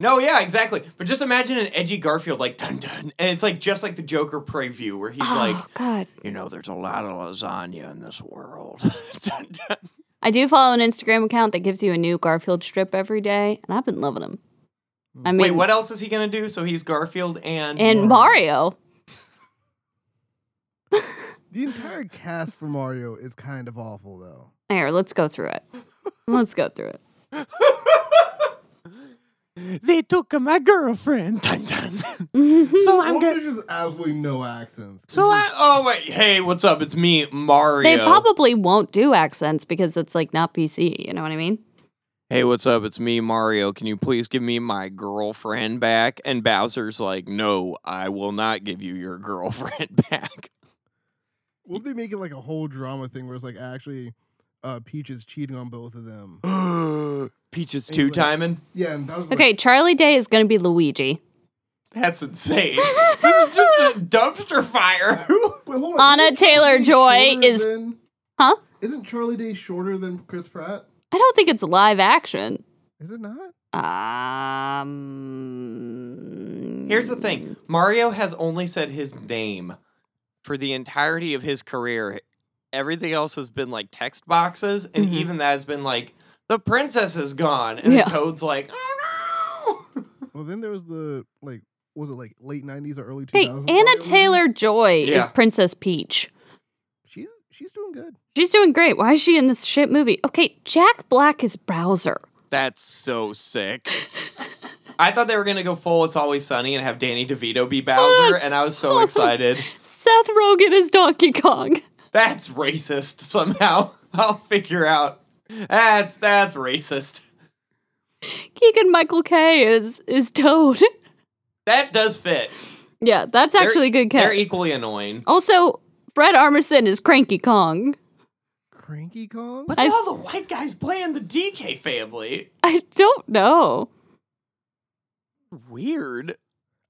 No, yeah, exactly. But just imagine an edgy Garfield like dun dun, and it's like just like the Joker preview where he's like,
oh god.
you know, there's a lot of lasagna in this world. dun, dun.
I do follow an Instagram account that gives you a new Garfield strip every day, and I've been loving them. I mean,
Wait, what else is he gonna do? So he's Garfield and
and Mario.
The entire cast for Mario is kind of awful, though.
Here, let's go through it. Let's go through it.
they took my girlfriend. Dun, dun. so
Well, there's just absolutely no accents. It's
So
just-
I, oh wait, hey, what's up? It's me, Mario.
They probably won't do accents because it's like not PC. You know what I mean?
hey, what's up? It's me, Mario. Can you please give me my girlfriend back? And Bowser's like, no, I will not give you your girlfriend back.
What if they make it like a whole drama thing where it's like actually uh, Peach is cheating on both of them?
Peach is two
Anyway.
timing.
Yeah, and that was like,
Okay, Charlie Day is going to be Luigi.
That's insane. this is just a dumpster fire.
wait, hold
Anna
isn't Charlie
Taylor
Day
Joy
shorter
is-
than-
Huh?
isn't Charlie Day shorter than Chris Pratt?
I don't think it's live action.
Is it not?
Um.
Here's the thing Mario has only said his name for the entirety of his career. Everything else has been like text boxes, and
Mhm.
even that has been like, the princess is gone. And
Yeah.
the toad's like, oh no.
Well, then there was the like, was it like late '90s or early 2000s?
Hey, Anna
Mario
Taylor
movie?
Joy
Yeah.
is Princess Peach.
She's she's doing good.
She's doing great. Why is she in this shit movie? Okay, Jack Black is Browser.
That's so sick. I thought they were gonna go full It's Always Sunny and have Danny DeVito be Bowser, and I was so excited.
Seth Rogen is Donkey Kong.
That's racist somehow. I'll figure out. That's that's racist.
Keegan Michael K is is Toad.
That does fit.
Yeah, that's
They're-
actually a good
They're e-
catch.
equally annoying.
also, Fred Armisen is Cranky Kong.
Cranky Kong.
What's
I-
all the white guys playing the DK family?
I don't know.
Weird.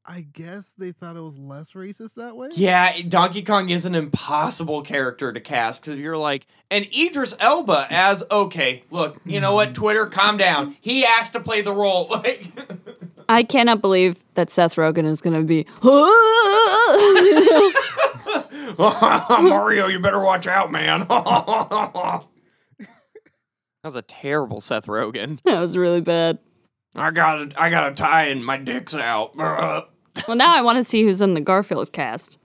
I guess they thought it was less racist that way.
Yeah, Donkey Kong is an impossible character to cast because you're like, and Idris Elba as okay. Look, you know what? Twitter, calm down. He asked to play the role. Like,
I cannot believe that Seth Rogen is going to be.
Mario, you better watch out, man. that was a terrible Seth Rogen.
that was really bad.
I got I got a tie and my dick's out.
Well, now I want to see who's in the Garfield cast.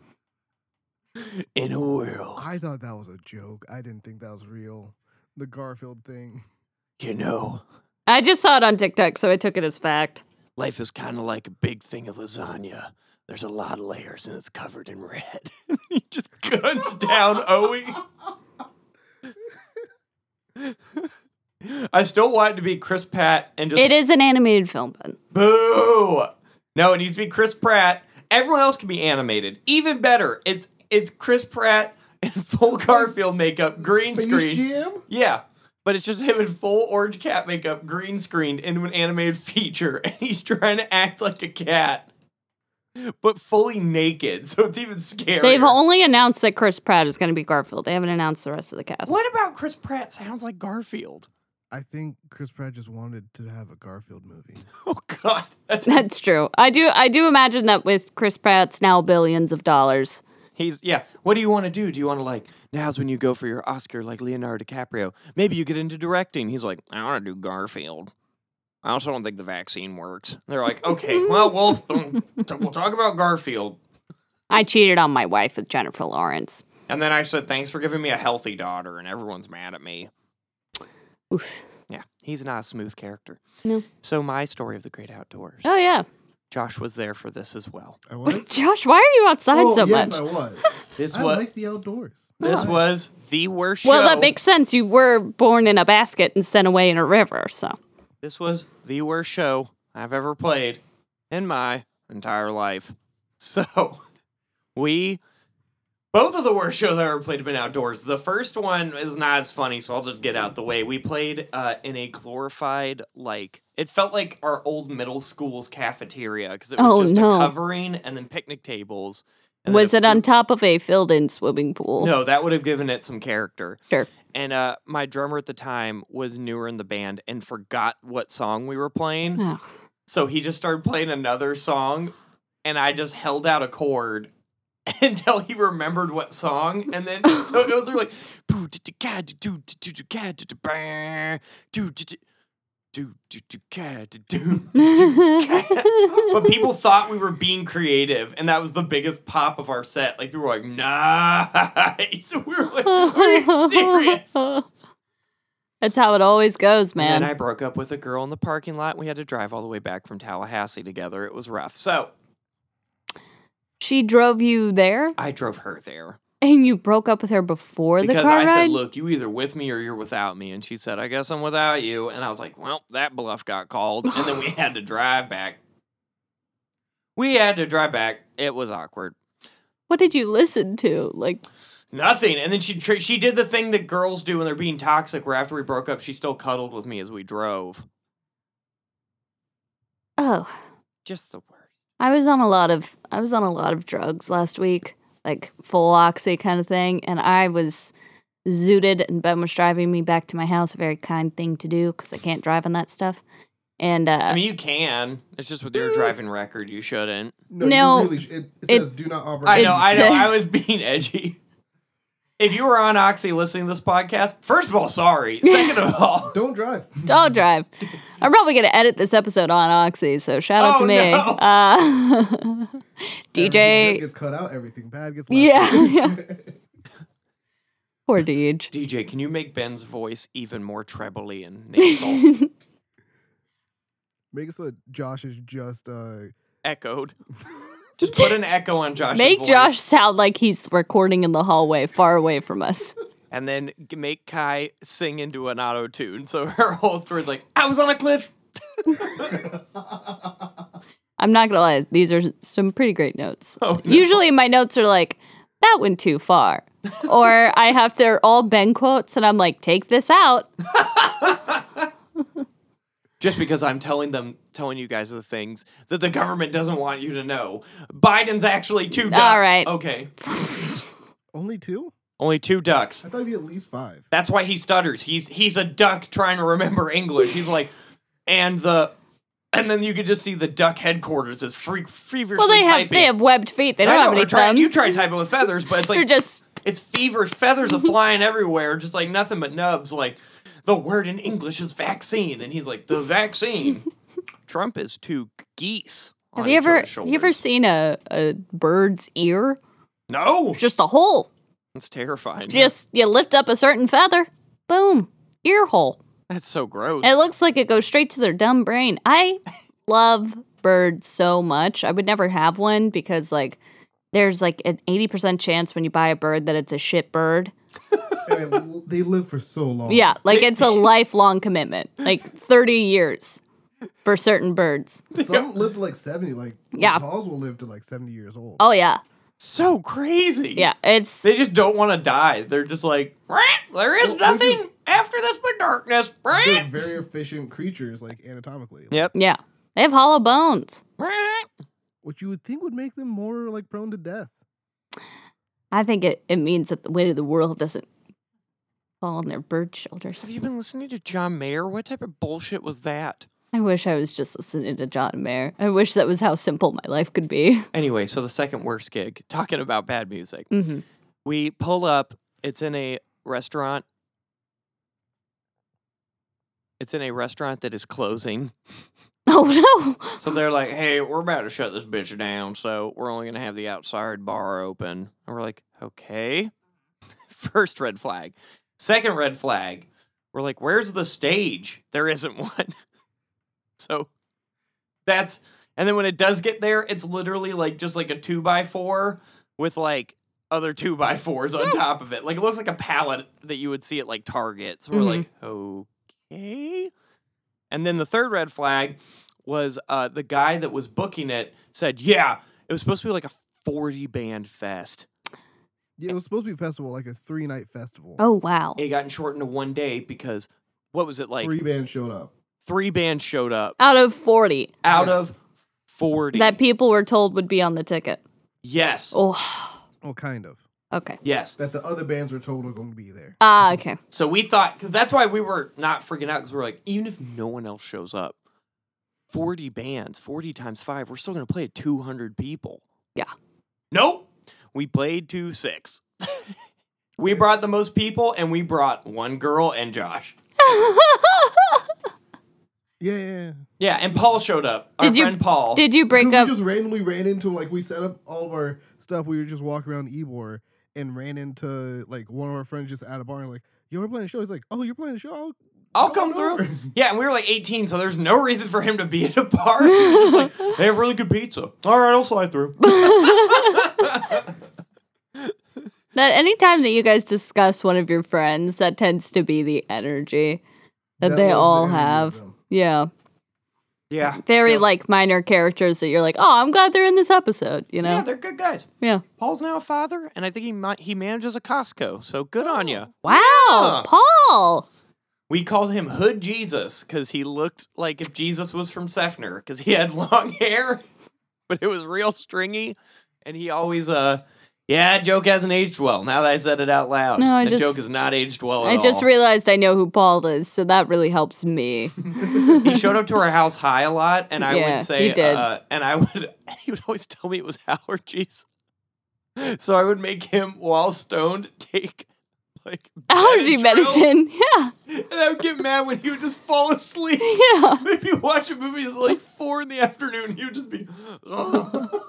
In a world,
I thought that was a joke. I didn't think that was real. The Garfield thing.
you know,
I just saw it on TikTok, so I took it as fact.
life is kind of like a big thing of lasagna. There's a lot of layers and it's covered in red. he just guns down Owie. I still want it to be Chris Pat and just
It is an animated film, Ben.
Boo! No, it needs to be Chris Pratt. Everyone else can be animated. Even better, it's it's Chris Pratt in full Garfield makeup, green
Space
screen.
Jam.
Yeah, but it's just him in full orange cat makeup, green screened into an animated feature, and he's trying to act like a cat, but fully naked. So it's even scarier.
They've only announced that Chris Pratt is going to be Garfield. They haven't announced the rest of the cast.
what about Chris Pratt sounds like Garfield?
I think Chris Pratt just wanted to have a Garfield movie.
Oh God, that's
That's true. I do. I do imagine that with Chris Pratt's now billions of dollars.
He's yeah. What do you want to do? Do you want to like now's when you go for your Oscar like Leonardo DiCaprio? Maybe you get into directing. He's like, I want to do Garfield. I also don't think the vaccine works. They're like, okay, well, we'll we'll talk about Garfield.
I cheated on my wife with Jennifer Lawrence.
And then I said, thanks for giving me a healthy daughter, and everyone's mad at me.
Oof.
Yeah, he's not a smooth character.
No.
So my story of the great outdoors.
Oh yeah,
Josh was there for this as well.
I was.
Josh. Why are you outside
oh,
so
yes,
much?
I was.
This
I
was
like the outdoors.
this
Yeah.
was the worst
well,
show.
that makes sense. You were born in a basket and sent away in a river. So
This was the worst show I've ever played in my entire life. So, we both of the worst shows I ever played have been outdoors. The first one is not as funny, so I'll just get out the way. We played uh, in a glorified like it felt like our old middle school's cafeteria because it was
Oh,
just
no.
a covering and then picnic tables. and then
was
a
it on
food-
top of a filled-in swimming pool?
No, that would have given it some character.
Sure.
And uh, my drummer at the time was newer in the band and forgot what song we were playing.
Oh.
So he just started playing another song, and I just held out a chord until he remembered what song, and then so it was like, "Boo, doo, doo, ga, doo, doo, doo, doo, doo, ga, doo, doo, brr, doo, doo, doo, doo, doo, doo, ga, doo, doo, doo, doo, ga." But people thought we were being creative, and that was the biggest pop of our set. Like people were like, "Nice," we were like, "Are you serious?"
That's how it always goes,
And
man.
then I broke up with a girl in the parking lot. We had to drive all the way back from Tallahassee together. It was rough. So
she drove you there,
I drove her there
and you broke up with her before the
because
car
I
ride.
said, "Look, you either with me or you're without me." And she said, "I guess I'm without you." And I was like, "Well, that bluff got called." And then we had to drive back. We had to drive back. It was awkward.
what did you listen to? Like,
Nothing. And then she tr- she did the thing that girls do when they're being toxic. Where after we broke up, she still cuddled with me as we drove.
oh,
Just the worst.
I was on a lot of I was on a lot of drugs last week, like full oxy kind of thing, and I was zooted and Ben was driving me back to my house, a very kind thing to do cuz I can't drive on that stuff. And uh,
I mean, you can. It's just with
Mm.
your driving record, you shouldn't.
No,
No,
you really sh- it, it
it-
says do not operate.
I know, I know.
It's-
I was being edgy. If you were on Oxy listening to this podcast, first of all, sorry. Second of all,
Don't drive.
dog drive. I'm probably going to edit this episode on Oxy, so shout out
Oh,
to me.
no.
Uh,
Everything good
DJ.
gets cut out. Everything bad gets left.
Yeah. yeah. Poor Deej.
DJ, can you make Ben's voice even more trebly and nasal?
Make it so that Josh is just uh
Echoed. Just put an echo on Josh's
Make
voice,
Josh sound like he's recording in the hallway far away from us.
and then g- make Kai sing into an auto tune. So her whole story's like, I was on a cliff.
I'm not going to lie, these are some pretty great notes.
Oh, no.
Usually my notes are like, that went too far. or I have to all Ben quotes and I'm like, take this out.
just because I'm telling them, telling you guys the things that the government doesn't want you to know. Biden's actually two ducks.
right.
Okay.
only two?
Only two ducks.
I thought it'd be at least five.
That's why he stutters. He's he's a duck trying to remember English. He's like, and the, and then you could just see the duck headquarters is freak feverishly
Well, they have
typing.
they have webbed feet. They don't
I know
have any
they're trying.
thumbs.
You try typing with feathers, but it's
They're
like
just
it's feverish. Feathers are flying everywhere, just like nothing but nubs. Like the word in English is vaccine, and he's like the vaccine. Trump is two geese. on
Have you
each
ever
other's
you ever
shoulders.
seen a, a bird's ear?
No,
Just a hole.
that's terrifying.
Just you lift up a certain feather, boom, ear hole.
that's so gross.
It looks like it goes straight to their dumb brain. I love birds so much. I would never have one because like there's like an 80% chance when you buy a bird that it's a shit bird.
And l- they live for so
Oh.
long.
Yeah, like it's a lifelong commitment. Like 30 years for certain birds.
Some live to like seventy, like
Yeah.
Paul's will live to like seventy years old.
Oh yeah.
So crazy.
Yeah, it's
They just don't want to die. They're just like, "Rah, there is
Well, this is-
nothing after this but darkness. Rah,
They're very efficient creatures, like anatomically.
Yeah.
yeah. They have hollow bones.
rah."
Which you would think would make them more like prone to death.
I think it, it means that the weight of the world doesn't fall on their bird shoulders.
Have you been listening to John Mayer? What type of bullshit was that?
I wish I was just listening to John Mayer. I wish that was how simple my life could be.
Anyway, so the second worst gig, talking about bad music.
hmm
We pull up, it's in a restaurant. It's in a restaurant that is closing.
Oh no!
So they're like, hey, we're about to shut this bitch down. So we're only going to have the outside bar open. And we're like, okay. First red flag. Second red flag. We're like, where's the stage? There isn't one. so that's. And then when it does get there, it's literally like just like a two by four with like other two by fours on top of it. Like it looks like a pallet that you would see at like Target.
Mm-hmm.
So we're like, okay. And then the third red flag was uh, the guy that was booking it said, yeah, it was supposed to be like a 40 band fest.
Yeah, it was supposed to be a festival, like a three night festival.
Oh wow!
It got shortened to one day because what was it like?
three bands showed up.
three bands showed up
Out of forty
out
Yeah.
of 40.
Uh, that people were told would be on the ticket.
yes.
Oh,
Well, kind of.
okay.
Yes.
That the other bands were told are going to be there.
Ah, okay.
So we thought, because that's why we were not freaking out, because we're like, even if no one else shows up, 40 bands, 40 times five, we're still going to play at 200 people.
Yeah.
Nope. We played to six. we brought the most people, and we brought one girl and Josh.
Yeah, yeah. yeah.
Yeah, and Paul showed up. Our
Did you-
friend Paul.
Did you break
we
up?
just randomly ran into like we set up all of our stuff. We were just walking around Ebor and ran into like one of our friends just at a bar and like, yo, we're playing a show. He's like, oh, you're playing a show. I'll-
I'll come
come
through.
over.
Yeah, and we were like 18, so there's no reason for him to be at a bar. He was just like, they have really good pizza. All right, I'll slide through.
That anytime that you guys discuss one of your friends, that tends to be the energy that,
That was
they
the
all
energy of
have.
them.
Yeah.
Yeah.
very
so-
like minor characters that you're like, oh, I'm glad they're in this episode. You
Yeah,
know?
they're good guys.
Yeah.
Paul's now a father, and I think he mi- he manages a Costco. So good on you.
Wow, Paul.
Oh. We called him Hood Jesus because he looked like if Jesus was from Sefner because he had long hair, but it was real stringy, and he always uh Yeah, that joke hasn't aged well. Now that I said it out loud,
No, I
that
just-
joke is not aged well. At
I just
all.
realized I know who Paul is, so that really helps me.
he showed up to our house high a lot, and I
Yeah,
would say,
he did.
Uh, and I would, he would always tell me it was allergies. So I would make him, while stoned, take like
Allergy
Benadryl,
medicine. Yeah.
and I would get mad when he would just fall asleep.
Yeah.
We'd be watching movies at like four in the afternoon, and he would just be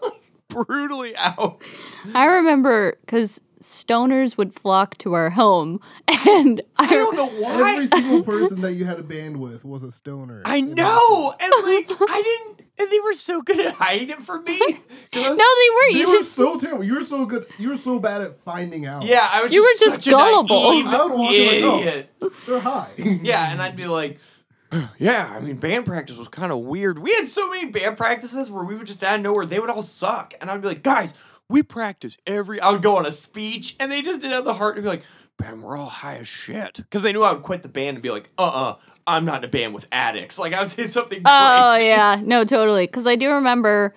brutally out.
I remember because stoners would flock to our home, and I,
I don't know why.
Every single person that you had a band with was a stoner.
I
in high school.
know, and like I didn't, and they were so good at hiding it from me. 'Cause I was-
no, they were.
You,
You
were
just
so terrible. You were so good. You were so bad at finding out.
Yeah, I was.
You
just
were just
such a
gullible.
naive
I would walk away, no.
idiot.
oh, they're high.
Yeah, and I'd be like, yeah, I mean, band practice was kind of weird. We had so many band practices where we would just out of nowhere, they would all suck. And I'd be like, guys, we practice every. I would go on a speech, and they just didn't have the heart to be like, man, we're all high as shit. Because they knew I would quit the band and be like, uh uh-uh, uh, i am not in a band with addicts. Like, I would say something
Oh
crazy.
yeah, no, totally. Because I do remember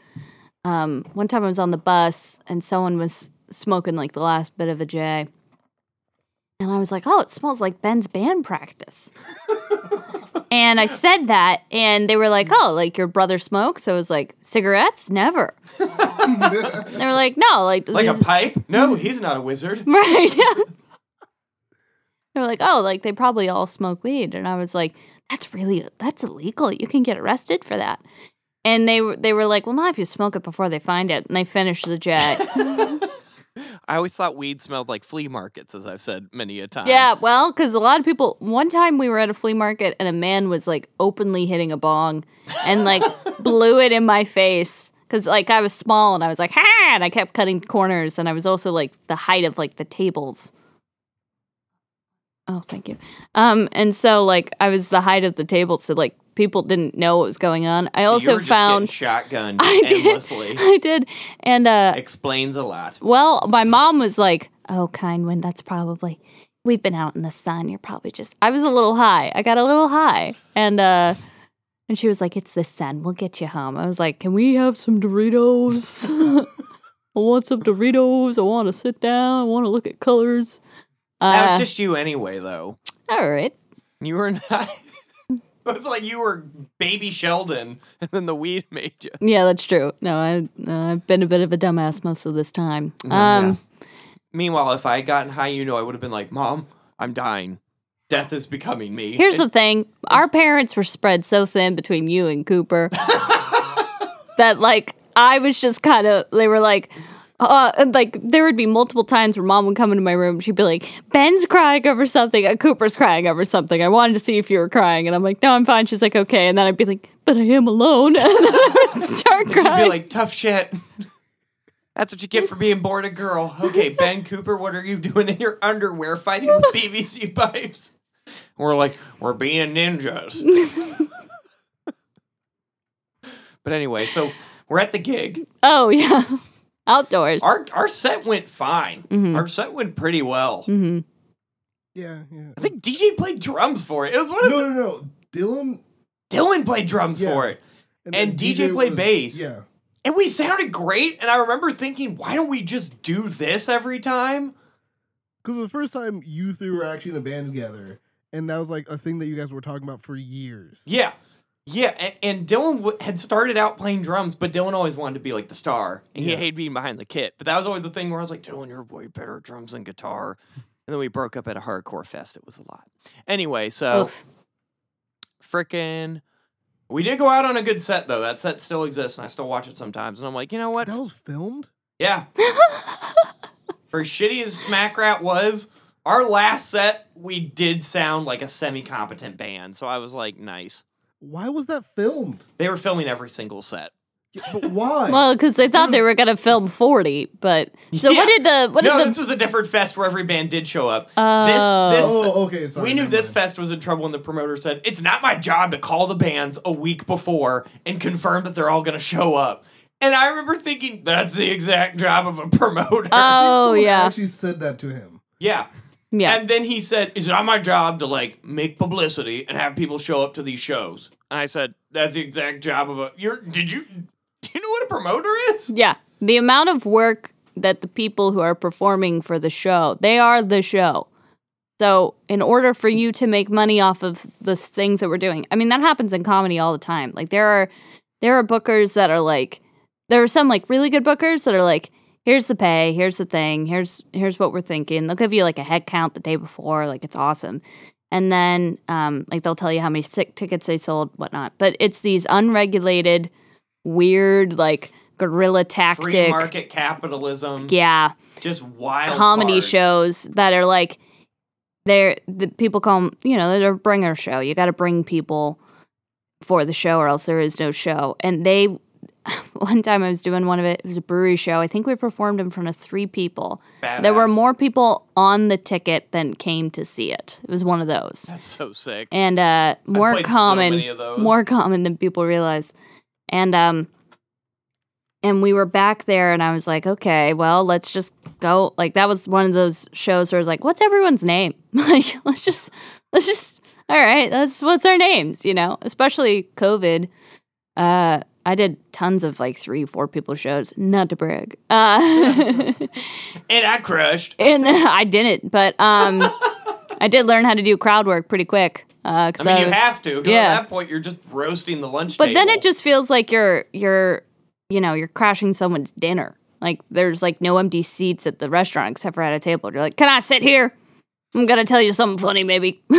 um, one time I was on the bus and someone was smoking like the last bit of a J, and I was like, "Oh, it smells like Ben's band practice." and I said that, and they were like, "Oh, like your brother smokes?" So I was like, "Cigarettes? Never." And they were like, "No, like
Like a
this-
pipe? No, he's not a wizard.
Right. they were like, oh, like they probably all smoke weed. And I was like, that's really, that's illegal. You can get arrested for that. And they were, they were like, well, not if you smoke it before they find it. And they finished the jet.
I always thought weed smelled like flea markets, as I've said many a time.
yeah, well, because a lot of people, one time we were at a flea market and a man was like openly hitting a bong and like blew it in my face. Cause like I was small and I was like, ha! And I kept cutting corners and I was also like the height of like the tables. Oh, thank you. Um, and so like I was the height of the table, so like people didn't know what was going on. I
So you
also
were just
found
getting shotgunned
I did.
endlessly.
I did, and uh,
Explains a lot.
well, my mom was like, "Oh, kind one, that's probably we've been out in the sun. You're probably just." I was a little high. I got a little high, and uh, and she was like, "It's the sun. We'll get you home." I was like, "Can we have some Doritos? I want some Doritos. I want to sit down. I want to look at colors."
that
Uh,
was just you anyway, though.
all right.
You were not. it's like you were baby Sheldon, and then the weed made you.
Yeah, that's true. No, I no, I've been a bit of a dumbass most of this time.
Mm,
Um,
Meanwhile, if I had gotten high, you know, I would have been like, "Mom, I'm dying. Death is becoming me."
Here's the thing our parents were spread so thin between you and Cooper that, like, I was just kind of, they were like, uh, and, like there would be multiple times where mom would come into my room. She'd be like, "Ben's crying over something. Uh, Cooper's crying over something. I wanted to see if you were crying." And I'm like, "No, I'm fine." She's like, "Okay." And then I'd be like, "But I am alone." And then I'd start
And she'd
crying.
be like, "Tough shit." That's what you get for being born a girl. Okay, Ben Cooper, what are you doing in your underwear fighting with PVC pipes? We're like, we're being ninjas. but anyway, so we're at the gig.
"Oh yeah, outdoors."
our our set went fine.
Mhm.
Our set went pretty well.
hmm
yeah, yeah.
I think DJ played drums for it. It was one of
No, no, no. Dylan
the, Dylan played drums
Yeah.
for it, And
then
DJ played
was-
bass.
Yeah,
and we sounded great. And I remember thinking, why don't we just do this every time?
because the first time you three were actually in a band together, and that was like a thing that you guys were talking about for years.
Yeah, yeah. And, and Dylan w- had started out playing drums, but Dylan always wanted to be like the star, and he
Yeah.
hated being behind the kit. But that was always the thing where I was like, Dylan, you're way better at drums than guitar. And then we broke up at a hardcore fest. It was a lot. Anyway, so. frickin' we did go out on a good set though that set still exists and i still watch it sometimes and i'm like you know what
That was filmed.
yeah for as shitty as smack rat was our last set we did sound like a semi-competent band so i was like nice
Why was that filmed?
they were filming every single set
Yeah, But why?
Well, because they thought they were gonna film forty, but so
Yeah.
what did the what
no
did the
this was a different fest where every band did show up
Oh.
this, this
oh, okay. Sorry,
we knew
never
this
mind.
fest was in trouble when the promoter said, It's not my job to call the bands a week before and confirm that they're all going to show up. And I remember thinking, That's the exact job of a promoter.
Oh
Someone
yeah,
actually said that to him.
yeah.
yeah.
And then he said, It's not my job to like make publicity and have people show up to these shows. And I said, That's the exact job of a. You're, did you. Do you know what a promoter is?
Yeah. The amount of work that the people who are performing for the show, they are the show. So, in order for you to make money off of the things that we're doing, I mean, that happens in comedy all the time. Like there are there are bookers that are like there are some like really good bookers that are like here's the pay, here's the thing, here's here's what we're thinking. They'll give you like a head count the day before, like it's awesome. And then um like they'll tell you how many sick tickets they sold, whatnot. But it's these unregulated, weird, like guerrilla tactic.
Free market capitalism.
Yeah
Just wild
comedy
cards.
shows that are like they're the people call 'em, you know they're a bringer show you got to bring people for the show or else there is no show and they one time i was doing one of it it was a brewery show i think we performed in front of three people there were
Badass.
more people on the ticket than came to see it it was one of those
That's so sick.
and uh more
played so
common
many of those.
more common than people realize and um and we were back there and i was like okay well let's just go like that was one of those shows where i was like what's everyone's name like let's just let's just all right that's what's our names you know especially covid uh i did tons of like three four people shows not to brag uh
and I crushed.
and i didn't but um i did learn how to do crowd work pretty quick uh 'cause
I mean,
I
you
was-
have to. 'cause
yeah.
At that point, you're just roasting the lunch
But
table.
then it just feels like you're you're you know you're crashing someone's dinner. Like there's like no empty seats at the restaurant except for at a table. You're like, can I sit here? I'm gonna tell you something funny, maybe.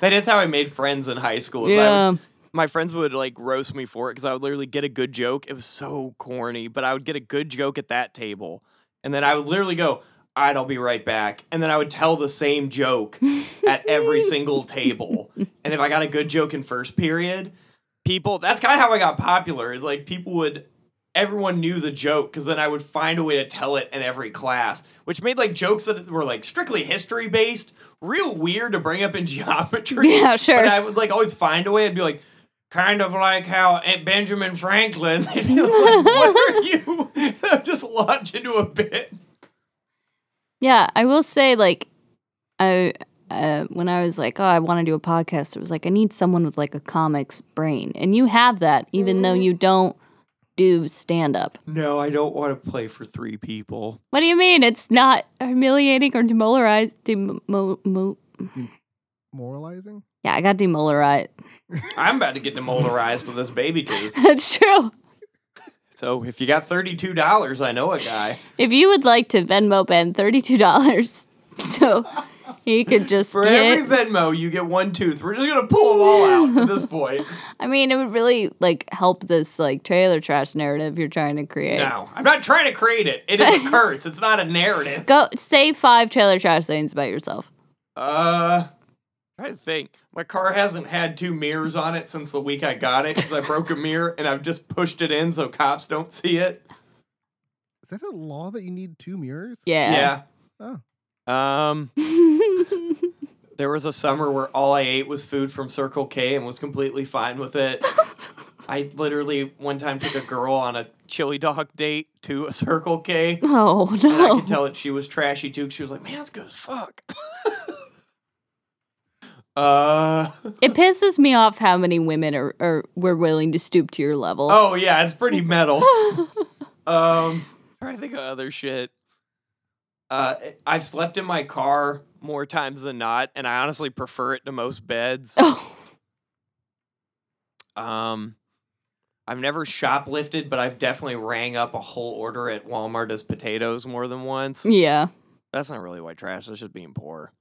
That is how I made friends in high school. is I would-
yeah,
my friends would like roast me for it because I would literally get a good joke. It was so corny, but I would get a good joke at that table. And then I would literally go, all right, I'll be right back. And then I would tell the same joke at every single table. And if I got a good joke in first period, people, that's kind of how I got popular is like people would, everyone knew the joke because then I would find a way to tell it in every class, which made like jokes that were like strictly history based, real weird to bring up in geometry.
Yeah, sure.
But I would like always find a way. I'd be like, kind of like how Aunt Benjamin Franklin. They'd be like, what are you? I'd just launch into a bit.
yeah. I will say, like, I uh, when I was like, oh, I want to do a podcast. It was like I need someone with like a comics brain, and you have that, even
Mm.
though you don't do stand up.
No, I don't want to play for three people.
What do you mean? It's not humiliating or demoralized. Demo- mo- mo-
Moralizing?
yeah, I got demolarized.
I'm about to get demolarized with this baby tooth.
That's true.
So if you got thirty-two dollars, I know a guy
If you would like to Venmo Ben thirty-two dollars, so he could just
for
hit.
every Venmo. You get one tooth. We're just gonna pull them all out at this point.
I mean, it would really like help this like trailer trash narrative you're trying to create.
No, I'm not trying to create it. It is a curse. It's not a narrative.
Go say five trailer trash things about yourself.
Uh, trying to think. My car hasn't had two mirrors on it since the week I got it because I broke a mirror and I've just pushed it in so cops don't see it.
Is that a law that you need two mirrors?
Yeah.
Oh. Um, there was a summer where all I ate was food from Circle K and was completely fine with it. I literally one time took a girl on a chili dog date to a Circle K.
Oh
And I
no.
could tell that she was trashy too. 'cause She was like, "Man, that's good as fuck." uh,
It pisses me off how many women are, are were willing to stoop to your level.
Oh yeah, it's pretty metal. um, trying to think of other shit. Uh, I've slept in my car more times than not, and I honestly prefer it to most beds.
Oh.
Um, I've never shoplifted, but I've definitely rang up a whole order at Walmart as potatoes more than once.
Yeah.
That's not really white trash. That's just being poor.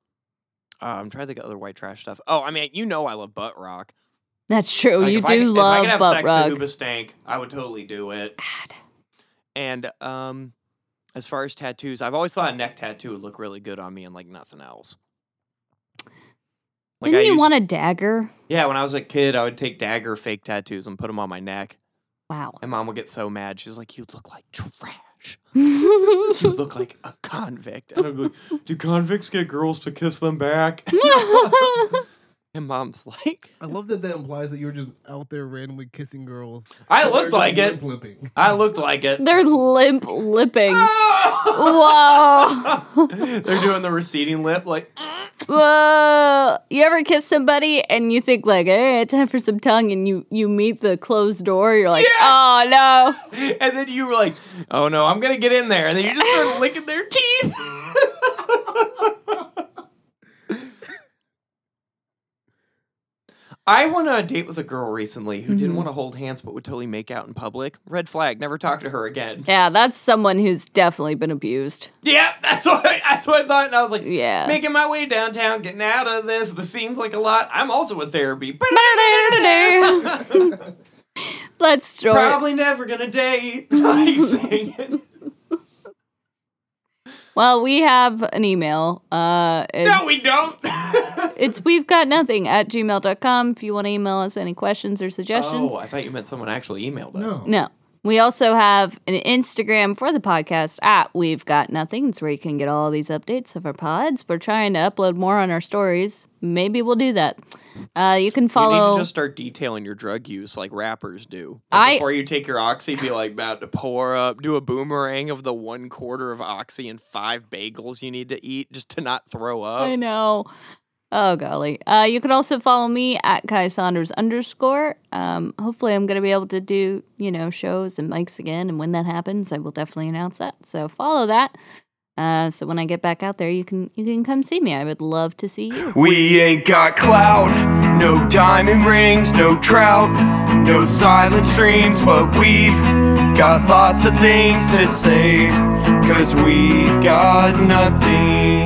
Uh, I'm trying to think of other white trash stuff. Oh, I mean, you know, I love butt rock.
That's true.
Like,
Oh, you
if
do
I could,
love
if I could have
butt
sex
rug.
to Hoobastank, I would totally do it.
God.
And um, as far as tattoos, I've always thought a neck tattoo would look really good on me and like nothing else. Like
Didn't
I
you
used-
want a dagger?
Yeah, when I was a kid, I would take dagger fake tattoos and put them on my neck.
Wow.
And mom would get so mad. She was like, "You look like trash. You
oh
look like a convict." And I'd be like, "Do convicts get girls to kiss them back?" and mom's like,
I love that that implies that you're just out there randomly kissing girls.
"I
Or
looked
just
like it.
lip lipping.
I looked like it."
They're limp lipping.
Ah!
Whoa.
They're doing the receding lip, like. "Ah."
Whoa! You ever kiss somebody and you think like, "Hey, time for some tongue," and you you meet the closed door. You're like,
Yes!
"Oh no!"
and then you were like, "Oh no, I'm gonna get in there," and then you just started licking their teeth. I went on a date with a girl recently who didn't
Mhm.
want to hold hands but would totally make out in public. Red flag. Never talk to her again.
Yeah, that's someone who's definitely been abused.
yeah, that's what I, that's what I thought, and I was like,
Yeah.
making my way downtown, getting out of this. This seems like a lot. I'm also in therapy.
Let's start.
Probably never gonna date. Like singing.
Well, we have an email. Uh, it's,
No, we don't.
It's we've got nothing at gmail.com if you want to email us any questions or suggestions.
Oh, I thought you meant someone actually emailed us.
No.
No. We also have an Instagram for the podcast at We've Got Nothing. It's where you can get all these updates of our pods. We're trying to upload more on our stories. Maybe we'll do that. Uh, you can
You need
follow.
to just start detailing your drug use like rappers do.
I-
Like, before you take your oxy, be like about to pour up, do a boomerang of the one quarter of oxy and five bagels you need to eat just to not throw
I
up.
know. Oh, golly. Uh, you can also follow me at Kai Saunders underscore. Um, hopefully, I'm going to be able to do, you know, shows and mics again. And when that happens, I will definitely announce that. So follow that. Uh, so when I get back out there, you can you can come see me. I would love to see you.
We ain't got clout, no diamond rings, no trout, no silent streams, but we've got lots of things to say, cause we've got nothing.